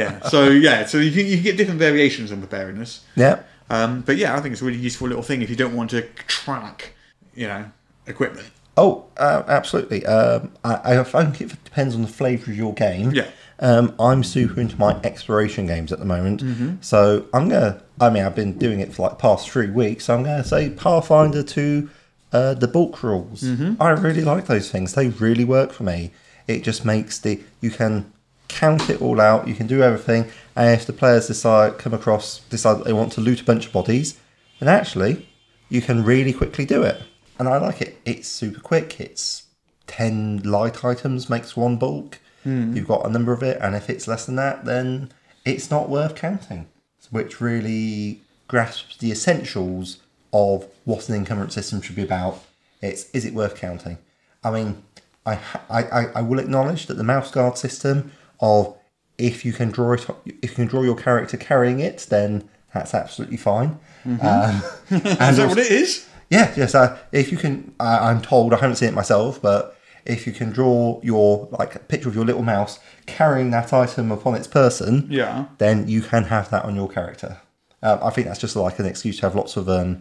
[SPEAKER 4] yeah. So yeah. So you can, you can get different variations on preparedness.
[SPEAKER 5] yeah.
[SPEAKER 4] Um, but yeah, I think it's a really useful little thing if you don't want to track, you know, equipment.
[SPEAKER 5] Oh, uh, absolutely. Um, I, I think it depends on the flavour of your game.
[SPEAKER 4] Yeah.
[SPEAKER 5] Um, I'm super into my exploration games at the moment, so I'm gonna. I mean, I've been doing it for like past three weeks. So I'm gonna say Pathfinder to uh, the bulk rules. I really like those things. They really work for me. It just makes the you can count it all out. You can do everything, and if the players decide come across decide that they want to loot a bunch of bodies, then actually you can really quickly do it. And I like it. It's super quick. It's 10 light items makes one bulk.
[SPEAKER 4] Hmm.
[SPEAKER 5] You've got a number of it, and if it's less than that, then it's not worth counting, which really grasps the essentials of what an encumbrance system should be about. It's is it worth counting? I mean, I, ha- I, I, I will acknowledge that the mouse guard system of if you can draw it, if you can draw your character carrying it, then that's absolutely fine.
[SPEAKER 4] *laughs*
[SPEAKER 5] Um, and
[SPEAKER 4] Mm-hmm. Is that
[SPEAKER 5] also-
[SPEAKER 4] what it is?
[SPEAKER 5] yeah, yes. Uh, if you can, I, I'm told I haven't seen it myself, but if you can draw your like a picture of your little mouse carrying that item upon its person,
[SPEAKER 4] Yeah.
[SPEAKER 5] then you can have that on your character. Um, I think that's just like an excuse to have lots of um,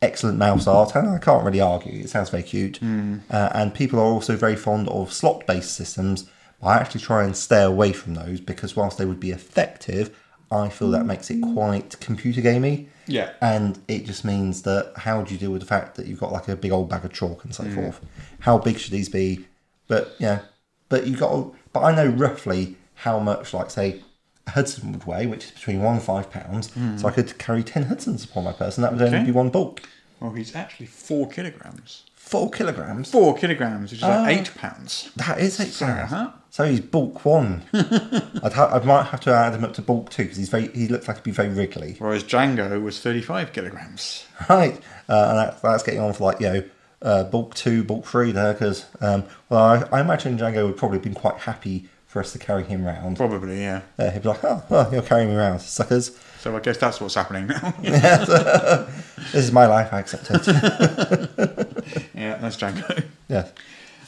[SPEAKER 5] excellent mouse art, and I can't really argue. It sounds very cute, uh, and people are also very fond of slot-based systems. But I actually try and stay away from those because whilst they would be effective, I feel that makes it quite computer gamey.
[SPEAKER 4] Yeah.
[SPEAKER 5] And it just means that how do you deal with the fact that you've got like a big old bag of chalk and so
[SPEAKER 4] Mm.
[SPEAKER 5] forth? How big should these be? But yeah, but you got. to- But I know roughly how much, like say, a Hudson would weigh, which is between one and five pounds. So I could carry ten Hudsons upon my person. That would only
[SPEAKER 4] Mm. Okay.
[SPEAKER 5] be one bulk,
[SPEAKER 4] Well, he's actually four kilograms.
[SPEAKER 5] four kilograms.
[SPEAKER 4] Four kilograms, which is like eight pounds.
[SPEAKER 5] That is eight pounds.
[SPEAKER 4] Uh-huh.
[SPEAKER 5] So he's
[SPEAKER 4] *laughs*
[SPEAKER 5] bulk one. I'd ha- I might have to add him up to bulk two because he's very. He looks like he'd be very wriggly.
[SPEAKER 4] Whereas Django was 35 kilograms.
[SPEAKER 5] Right, uh, and that, that's getting on for like you know uh, bulk two, bulk three there because um, well, I, I imagine Django would probably have been quite happy for us to carry him round.
[SPEAKER 4] Probably, yeah.
[SPEAKER 5] Uh, he'd be like, oh, well, you're carrying me round, suckers.
[SPEAKER 4] So I guess that's what's happening now. *laughs*
[SPEAKER 5] This is my life, I accept it.
[SPEAKER 4] yeah, that's Django.
[SPEAKER 5] yes.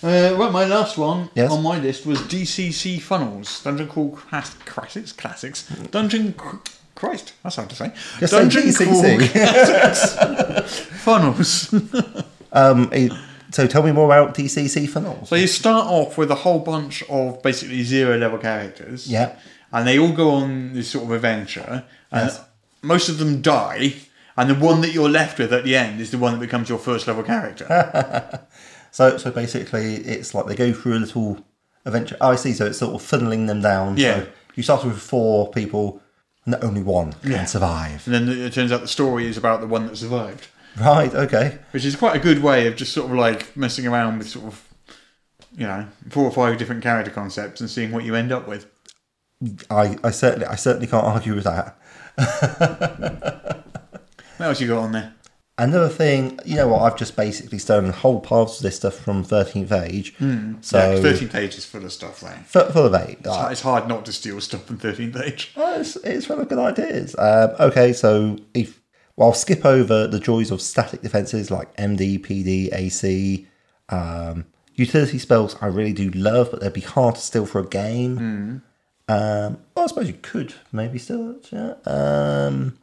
[SPEAKER 4] Uh, right, my last one
[SPEAKER 5] Yes.
[SPEAKER 4] on my list was DCC Funnels. Dungeon Crawl Clas- Classics. Classics. Dungeon. Cr- Christ, that's hard to say.
[SPEAKER 5] Just say
[SPEAKER 4] Dungeon *laughs*
[SPEAKER 5] DCC.
[SPEAKER 4] Classics Funnels.
[SPEAKER 5] *laughs* Um, he- so tell me more about DCC funnels.
[SPEAKER 4] So you start off with a whole bunch of basically zero level characters.
[SPEAKER 5] Yeah.
[SPEAKER 4] And they all go on this sort of adventure. And
[SPEAKER 5] Yes.
[SPEAKER 4] most of them die. And the one that you're left with at the end is the one that becomes your first level character.
[SPEAKER 5] So, so basically, it's like they go through a little adventure. Oh, I see. So it's sort of funneling them down.
[SPEAKER 4] Yeah.
[SPEAKER 5] So you start with four people, and only one can
[SPEAKER 4] Yeah.
[SPEAKER 5] survive.
[SPEAKER 4] and then it turns out the story is about the one that survived,
[SPEAKER 5] Right. Okay.
[SPEAKER 4] which is quite a good way of just sort of like messing around with sort of, you know, four or five different character concepts and seeing what you end up with.
[SPEAKER 5] I, I certainly, I certainly can't argue with that.
[SPEAKER 4] What else you got on there?
[SPEAKER 5] Another thing, you know what? I've just basically stolen whole piles of this stuff from Thirteenth Age.
[SPEAKER 4] Yeah,
[SPEAKER 5] So
[SPEAKER 4] 13 pages full of stuff there.
[SPEAKER 5] full, full of eight. Uh,
[SPEAKER 4] It's hard not to steal stuff in 13th age.
[SPEAKER 5] it's, it's full of good ideas. Um, okay, so if well, I'll skip over the joys of static defenses like MD, PD, AC, um, Utility spells I really do love, but they'd be hard to steal for a game. Um, well, I suppose you could maybe steal it. Yeah. Um,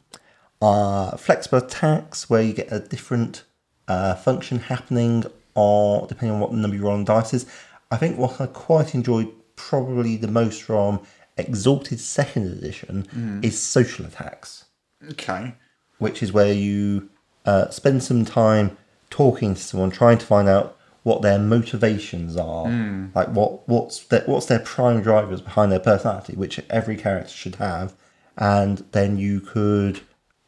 [SPEAKER 5] uh, flexible attacks, where you get a different uh, function happening or depending on what number you roll on dice is. I think what I quite enjoyed probably the most from Exalted Second Edition is social attacks
[SPEAKER 4] Okay.
[SPEAKER 5] which is where you uh, spend some time talking to someone, trying to find out what their motivations are, like what what's their, what's their prime drivers behind their personality, which every character should have, and then you could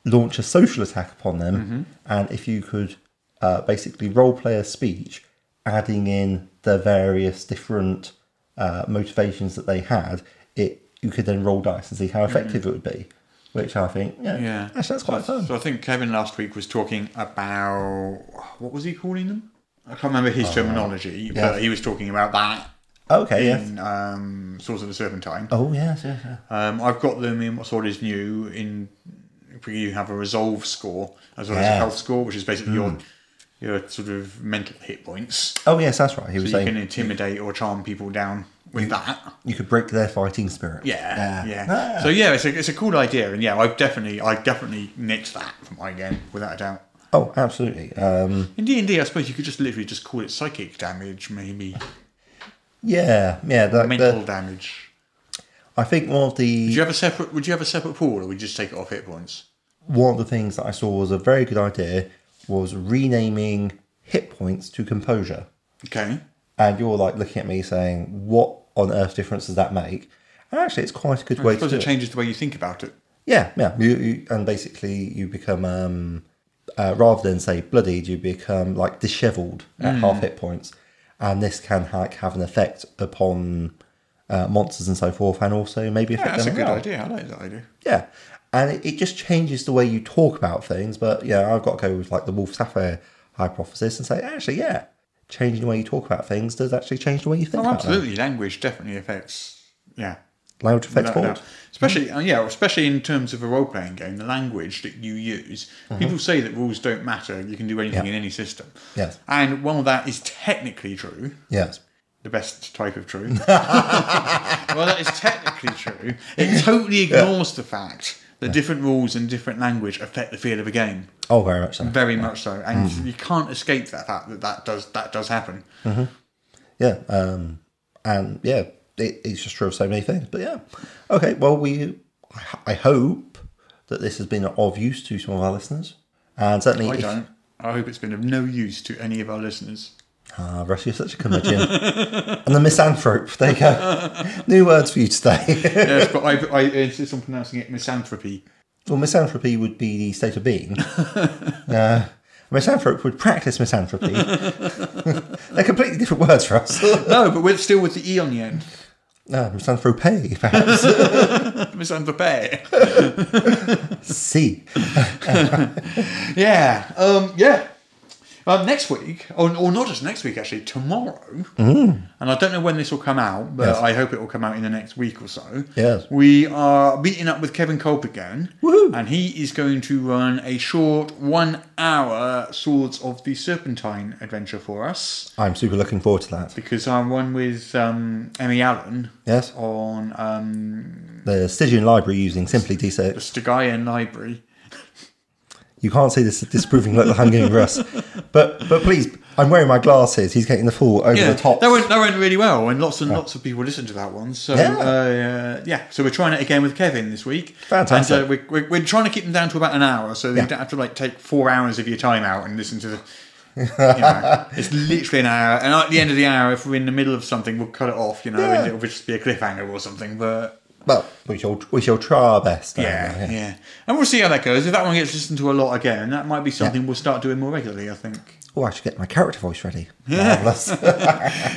[SPEAKER 5] launch a social attack upon them, and if you could uh, basically role play a speech, adding in the various different uh, motivations that they had, it you could then roll dice and see how effective it would be. Which I think, yeah,
[SPEAKER 4] Yeah.
[SPEAKER 5] actually, that's quite
[SPEAKER 4] so,
[SPEAKER 5] fun.
[SPEAKER 4] so I think Kevin last week was talking about what was he calling them? I can't remember his terminology,
[SPEAKER 5] Oh, yeah.
[SPEAKER 4] but he was talking about that
[SPEAKER 5] Okay, yes.
[SPEAKER 4] in um, Swords of the Serpentine.
[SPEAKER 5] Oh, yes, yes, yes.
[SPEAKER 4] Um, I've got them in what sort is new in where you have a resolve score as well as a
[SPEAKER 5] Yeah. Hmm.
[SPEAKER 4] health score, which is basically your your sort of mental hit points.
[SPEAKER 5] Oh, yes, that's right. He
[SPEAKER 4] So
[SPEAKER 5] was
[SPEAKER 4] you
[SPEAKER 5] saying
[SPEAKER 4] can intimidate or charm people down with that.
[SPEAKER 5] you could break their fighting spirit.
[SPEAKER 4] Yeah, yeah.
[SPEAKER 5] Ah.
[SPEAKER 4] So yeah, it's a, it's a cool idea, and yeah, I've definitely I definitely nicked that from my game without a doubt.
[SPEAKER 5] Oh, absolutely. Um,
[SPEAKER 4] In D and D, I suppose you could just literally just call it psychic damage, *laughs* maybe
[SPEAKER 5] yeah, yeah. The,
[SPEAKER 4] mental
[SPEAKER 5] the,
[SPEAKER 4] damage.
[SPEAKER 5] I think one of
[SPEAKER 4] Would
[SPEAKER 5] the
[SPEAKER 4] you have a separate? Would you have a separate pool, or would you just take it off hit points?
[SPEAKER 5] one of the things that I saw was a very good idea was renaming hit points to composure.
[SPEAKER 4] Okay.
[SPEAKER 5] And you're like looking at me saying, "What on earth difference does that make?" And actually, it's quite a good
[SPEAKER 4] I
[SPEAKER 5] way to
[SPEAKER 4] suppose
[SPEAKER 5] do
[SPEAKER 4] it
[SPEAKER 5] it.
[SPEAKER 4] changes the way you think about it.
[SPEAKER 5] Yeah, yeah. You, you, and basically, you become um, uh, rather than say bloodied, you become like dishevelled at
[SPEAKER 4] Hmm.
[SPEAKER 5] half hit points, and this can like have an effect upon uh, monsters and so forth, and also maybe
[SPEAKER 4] Yeah,
[SPEAKER 5] affect
[SPEAKER 4] that's a
[SPEAKER 5] them.
[SPEAKER 4] good
[SPEAKER 5] as well.
[SPEAKER 4] idea. I like that idea. Oh,
[SPEAKER 5] Yeah, and it, it just changes the way you talk about things. But yeah, I've got to go with like the Wolf Sapphire hypothesis and say actually, yeah, changing the way you talk about things does actually change the way you think
[SPEAKER 4] Oh,
[SPEAKER 5] about them.
[SPEAKER 4] absolutely. Language definitely affects. Yeah.
[SPEAKER 5] Loud effects
[SPEAKER 4] without a
[SPEAKER 5] forward.
[SPEAKER 4] doubt. Especially, uh, yeah, especially in terms of a role playing game, the language that you use. People say that rules don't matter. You can do anything in any system.
[SPEAKER 5] Yes.
[SPEAKER 4] And while that is technically true,
[SPEAKER 5] Yes.
[SPEAKER 4] the best type of true. well, that is technically true. It totally ignores the fact that different rules and different language affect the feel of a game.
[SPEAKER 5] Oh, very much so.
[SPEAKER 4] Very much so, and you can't escape that fact that that does that does happen.
[SPEAKER 5] yeah um and yeah it, it's just true of so many things but yeah okay well we I- i hope that this has been of use to some of our listeners and certainly
[SPEAKER 4] I
[SPEAKER 5] if-
[SPEAKER 4] don't. I hope it's been of no use to any of our listeners.
[SPEAKER 5] ah russ you're such a curmudgeon and the misanthrope there you go
[SPEAKER 4] *laughs*
[SPEAKER 5] new words for you today *laughs*
[SPEAKER 4] yes, but I, I insist on pronouncing it misanthropy.
[SPEAKER 5] well misanthropy would be the state
[SPEAKER 4] *laughs*
[SPEAKER 5] of being uh, misanthrope would practice misanthropy *laughs* they're completely different words for us *laughs*
[SPEAKER 4] No, but we're still with the e on the end.
[SPEAKER 5] uh, misanthrope perhaps *laughs*
[SPEAKER 4] Misanthropy.
[SPEAKER 5] see
[SPEAKER 4] Yeah. Um, yeah. Um, next week, or, or not just next week, actually, tomorrow, and I don't know when this will come out, but
[SPEAKER 5] Mm. Yes.
[SPEAKER 4] I hope it will come out in the next week or so.
[SPEAKER 5] Yes.
[SPEAKER 4] We are meeting up with Kevin Culp again,
[SPEAKER 5] Woohoo.
[SPEAKER 4] and he is going to run a short one hour Swords of the Serpentine adventure for us.
[SPEAKER 5] i'm super looking forward to that
[SPEAKER 4] because I'm one with um, Emmy Allen.
[SPEAKER 5] Yes.
[SPEAKER 4] On um,
[SPEAKER 5] the Stygian library using simply
[SPEAKER 4] the
[SPEAKER 5] D6.
[SPEAKER 4] Stygian Library.
[SPEAKER 5] You can't see this disproving look that I'm giving Russ. But but please, I'm wearing my glasses. He's getting the full over the top.
[SPEAKER 4] that went that went really well, and lots and lots of people listened to that one. So yeah.
[SPEAKER 5] Yeah.
[SPEAKER 4] Uh, uh, yeah, so we're trying it again with Kevin this week.
[SPEAKER 5] Fantastic.
[SPEAKER 4] And, uh, we're, we're, we're trying to keep them down to about an hour, so that you
[SPEAKER 5] Yeah.
[SPEAKER 4] don't have to like take four hours of your time out and listen to the. you
[SPEAKER 5] *laughs*
[SPEAKER 4] know, it's literally an hour, and at the end of the hour, if we're in the middle of something, we'll cut it off. You know,
[SPEAKER 5] Yeah.
[SPEAKER 4] and it'll just be a cliffhanger or something. But
[SPEAKER 5] well, we shall we shall try our best. Um, don't
[SPEAKER 4] Yeah, yeah,
[SPEAKER 5] we?
[SPEAKER 4] And we'll see how that goes. If that one gets listened to a lot again, that might be something we'll start doing more regularly, I think.
[SPEAKER 5] Oh, I should get my character voice ready. Marvelous.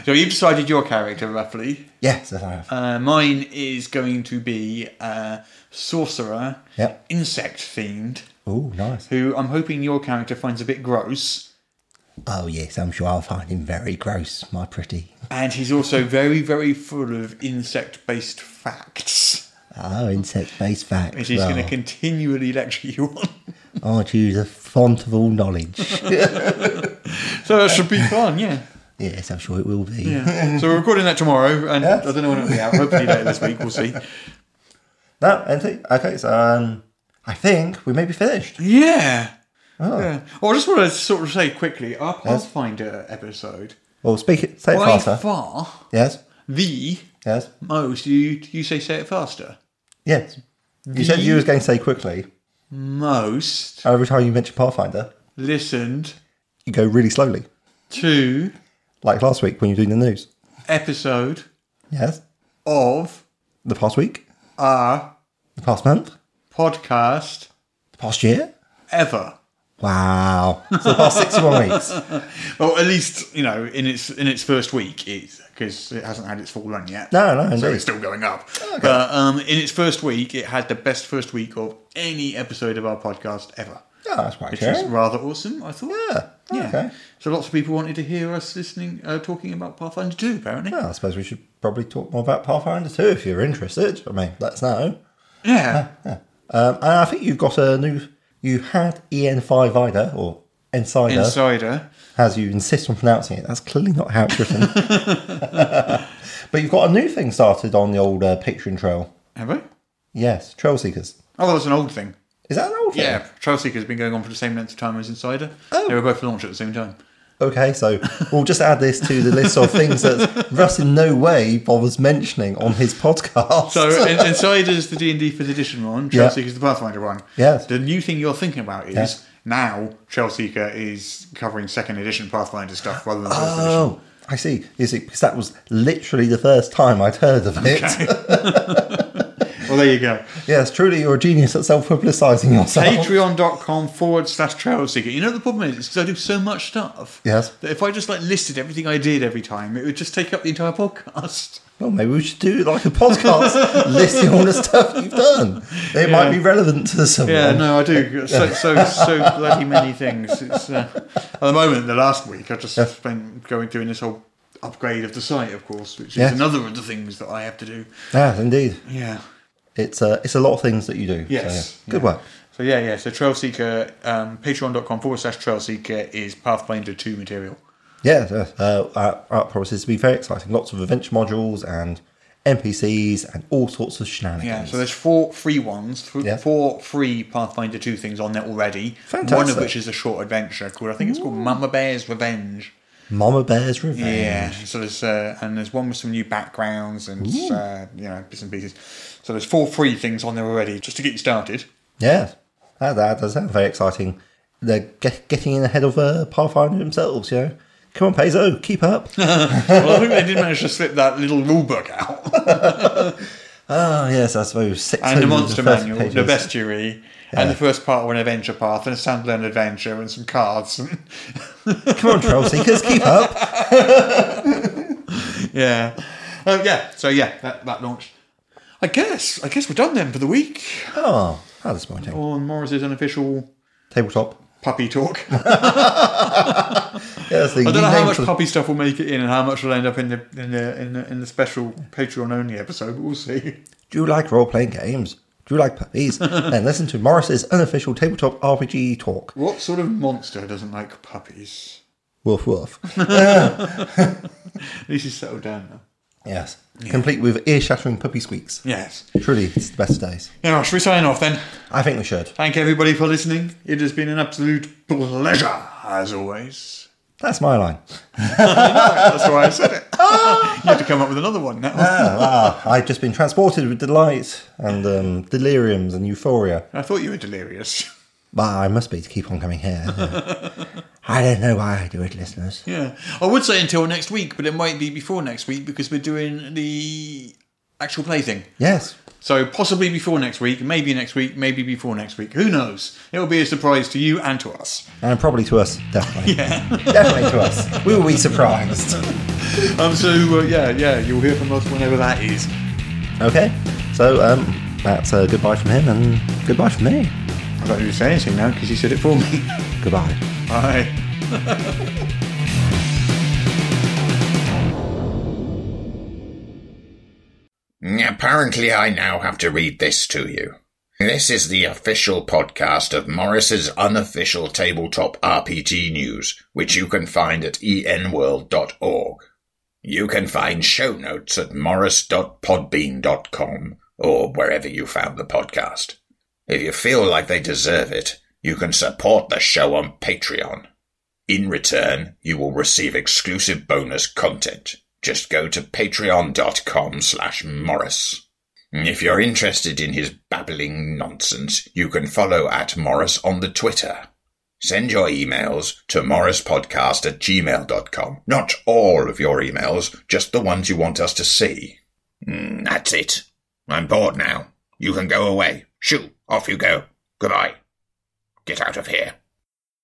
[SPEAKER 4] So you've decided your character, roughly.
[SPEAKER 5] *laughs* yes, yes, I have.
[SPEAKER 4] Uh, mine is going to be a sorcerer,
[SPEAKER 5] Yep.
[SPEAKER 4] insect fiend,
[SPEAKER 5] oh, nice.
[SPEAKER 4] who I'm hoping your character finds a bit gross.
[SPEAKER 5] Oh yes, I'm sure I'll find him very gross, my pretty.
[SPEAKER 4] And he's also very, very full of insect based facts,
[SPEAKER 5] Oh, insect-based
[SPEAKER 4] which
[SPEAKER 5] facts.
[SPEAKER 4] he's
[SPEAKER 5] well.
[SPEAKER 4] going to continually lecture you *laughs* on.
[SPEAKER 5] Aren't you the font of all knowledge? *laughs*
[SPEAKER 4] so that should be fun, yeah.
[SPEAKER 5] Yes, I'm sure it will be. *laughs*
[SPEAKER 4] Yeah. so we're recording that tomorrow, and I don't know when it'll be out. Hopefully later this week. We'll see.
[SPEAKER 5] No, anything? Okay, so um, I think we may be finished. Oh.
[SPEAKER 4] Yeah. Yeah. Well, I just want to sort of say quickly our Pathfinder episode,
[SPEAKER 5] Well, speak it, say it
[SPEAKER 4] by
[SPEAKER 5] faster.
[SPEAKER 4] far
[SPEAKER 5] yes,
[SPEAKER 4] the
[SPEAKER 5] yes,
[SPEAKER 4] most. You you say say it faster.
[SPEAKER 5] yes. You said you was going to say quickly.
[SPEAKER 4] Most
[SPEAKER 5] Every time you mention Pathfinder,
[SPEAKER 4] listened
[SPEAKER 5] you go really slowly,
[SPEAKER 4] to
[SPEAKER 5] like last week when you were doing the news.
[SPEAKER 4] episode
[SPEAKER 5] Yes,
[SPEAKER 4] of
[SPEAKER 5] the past week,
[SPEAKER 4] our
[SPEAKER 5] the past month,
[SPEAKER 4] podcast
[SPEAKER 5] the past year.
[SPEAKER 4] ever.
[SPEAKER 5] Wow, so the past sixty-one weeks.
[SPEAKER 4] Well, at least you know in its in its first week, it's because it hasn't had its full run yet.
[SPEAKER 5] No, no,
[SPEAKER 4] so
[SPEAKER 5] indeed.
[SPEAKER 4] it's still going up. But um, in its first week, it had the best first week of any episode of our podcast ever,
[SPEAKER 5] Yeah, Ah, that's quite
[SPEAKER 4] which
[SPEAKER 5] true.
[SPEAKER 4] is rather awesome. I thought.
[SPEAKER 5] Yeah,
[SPEAKER 4] Yeah.
[SPEAKER 5] Okay.
[SPEAKER 4] So lots of people wanted to hear us listening, uh, talking about Pathfinder 2, apparently.
[SPEAKER 5] Well, I suppose we should probably talk more about Pathfinder too if you're interested. I mean, let us know.
[SPEAKER 4] Yeah.
[SPEAKER 5] Um, and I think you've got a new. You had E EN5 Ida or Insider,
[SPEAKER 4] Insider.
[SPEAKER 5] as you insist on pronouncing it. That's clearly not how
[SPEAKER 4] *laughs*
[SPEAKER 5] it's written. but you've got a new thing started on the old uh, Patreon trail.
[SPEAKER 4] Have I?
[SPEAKER 5] Yes, Trail Seekers.
[SPEAKER 4] Oh, that was an old thing.
[SPEAKER 5] Is that an old thing?
[SPEAKER 4] Yeah. Trail Seeker has been going on for the same length of time as Insider.
[SPEAKER 5] Oh.
[SPEAKER 4] They were both launched at the same time.
[SPEAKER 5] Okay, so we'll just add this to the list of things that Russ in no way bothers mentioning on his podcast. *laughs*
[SPEAKER 4] So in, Insider's the D&D 5th edition one, Trail
[SPEAKER 5] Yeah.
[SPEAKER 4] Seeker's the Pathfinder one.
[SPEAKER 5] Yes.
[SPEAKER 4] The new thing you're thinking about is
[SPEAKER 5] Yes.
[SPEAKER 4] now Trail Seeker is covering second edition Pathfinder stuff rather than first edition.
[SPEAKER 5] Oh, I see. You see, because that was literally the first time I'd heard of it.
[SPEAKER 4] Well, there you go.
[SPEAKER 5] *laughs* Yes, truly, you're a genius at self publicising yourself.
[SPEAKER 4] Patreon.com forward slash Trail Seeker. You know the problem is because I do so much stuff.
[SPEAKER 5] Yes.
[SPEAKER 4] That if I just like listed everything I did every time, it would just take up the entire podcast.
[SPEAKER 5] Well, maybe we should do like
[SPEAKER 4] *laughs*
[SPEAKER 5] a podcast listing all the stuff you've done. It might be relevant to someone.
[SPEAKER 4] Yeah, no, I do so so so bloody many things. It's uh, at the moment the last week I've just been going doing this whole upgrade of the site, of course, which is
[SPEAKER 5] Yes.
[SPEAKER 4] another of the things that I have to do.
[SPEAKER 5] Yes, indeed.
[SPEAKER 4] Yeah.
[SPEAKER 5] It's a, it's a lot of things that you do.
[SPEAKER 4] Yes.
[SPEAKER 5] So, yeah. Good work.
[SPEAKER 4] So yeah, yeah. So Trail Seeker, um, Patreon.com forward slash Trail Seeker is Pathfinder Two material.
[SPEAKER 5] Yeah, yes. Uh, our, our promises to be very exciting. Lots of adventure modules and NPCs and all sorts of shenanigans.
[SPEAKER 4] Yeah, so there's four free ones, th-
[SPEAKER 5] Yeah.
[SPEAKER 4] four free Pathfinder 2 things on there already. One of
[SPEAKER 5] Fantastic.
[SPEAKER 4] which is a short adventure called, I think it's called Mama Bear's Revenge.
[SPEAKER 5] Mama Bear's Revenge.
[SPEAKER 4] Yeah, so there's, uh, and there's one with some new backgrounds and, uh, you know, bits and pieces. So there's four free things on there already just to get you started. *laughs*
[SPEAKER 5] Yeah, that, that does sound very exciting. They're get, getting in ahead of uh, Pathfinder themselves, you know. Come on, Peso,
[SPEAKER 4] *laughs*
[SPEAKER 5] keep up.
[SPEAKER 4] well, I think they did manage to slip that little rule book *laughs* out
[SPEAKER 5] oh, yes, I suppose. Six
[SPEAKER 4] and the monster manual, the bestiary. And the first part of an adventure path and a standalone adventure and *laughs* some cards.
[SPEAKER 5] Come on, Troll Seekers, keep
[SPEAKER 4] *laughs*
[SPEAKER 5] up.
[SPEAKER 4] Yeah. Oh yeah. So yeah, that, that launched. I guess. I guess we're done then for the week
[SPEAKER 5] Oh, how disappointing.
[SPEAKER 4] on Morris's unofficial
[SPEAKER 5] Tabletop.
[SPEAKER 4] puppy talk. *laughs* I
[SPEAKER 5] Yeah, that's the
[SPEAKER 4] don't know
[SPEAKER 5] new
[SPEAKER 4] how
[SPEAKER 5] name
[SPEAKER 4] much
[SPEAKER 5] for the-
[SPEAKER 4] puppy stuff will make it in, and how much will end up in the in the in the, in the special Patreon only episode. But we'll see.
[SPEAKER 5] Do you like role playing games? Do you like puppies? then listen to Morris's unofficial tabletop RPG talk.
[SPEAKER 4] *laughs* What sort of monster doesn't like puppies?
[SPEAKER 5] Woof
[SPEAKER 4] *laughs*
[SPEAKER 5] woof.
[SPEAKER 4] At least he's settled down now.
[SPEAKER 5] Yes. Complete with ear shattering puppy squeaks.
[SPEAKER 4] Yes.
[SPEAKER 5] Truly, it's the best days.
[SPEAKER 4] Now, should we sign off then?
[SPEAKER 5] I think we should.
[SPEAKER 4] Thank everybody for listening. It has been an absolute pleasure, as always.
[SPEAKER 5] That's my line.
[SPEAKER 4] That's why I said *laughs* it. you have to come up with another one now.
[SPEAKER 5] Ah, I've just been transported with delight and um, deliriums and euphoria.
[SPEAKER 4] I thought you were delirious. *laughs*
[SPEAKER 5] But I must be to keep on coming here. yeah. I don't know why I do it, listeners.
[SPEAKER 4] Yeah, I would say until next week, but it might be before next week because we're doing the actual play thing.
[SPEAKER 5] Yes.
[SPEAKER 4] So possibly before next week, maybe next week, maybe before next week. Who knows? It'll be a surprise to you and to us.
[SPEAKER 5] And probably to us,
[SPEAKER 4] *laughs*
[SPEAKER 5] definitely. definitely to us. We will be surprised.
[SPEAKER 4] Um. So uh, yeah, yeah, you'll hear from us whenever that is.
[SPEAKER 5] Okay. So um, that's uh, goodbye from him and goodbye from me.
[SPEAKER 4] I don't need to say anything now because you said it for me. *laughs*
[SPEAKER 5] Goodbye.
[SPEAKER 4] Bye.
[SPEAKER 2] Apparently, I now have to read this to you. This is the official podcast of Morris's unofficial tabletop RPG news, which you can find at enworld.org. You can find show notes at morris.podbean.com or wherever you found the podcast. If you feel like they deserve it, you can support the show on Patreon. In return, you will receive exclusive bonus content. Just go to patreon.com slash morris. If you're interested in his babbling nonsense, you can follow at Morris on the Twitter. Send your emails to morrispodcast at gmail.com. Not all of your emails, just the ones you want us to see. Mm, that's it. I'm bored now. You can go away. Shoo, off you go. Goodbye. Get out of here.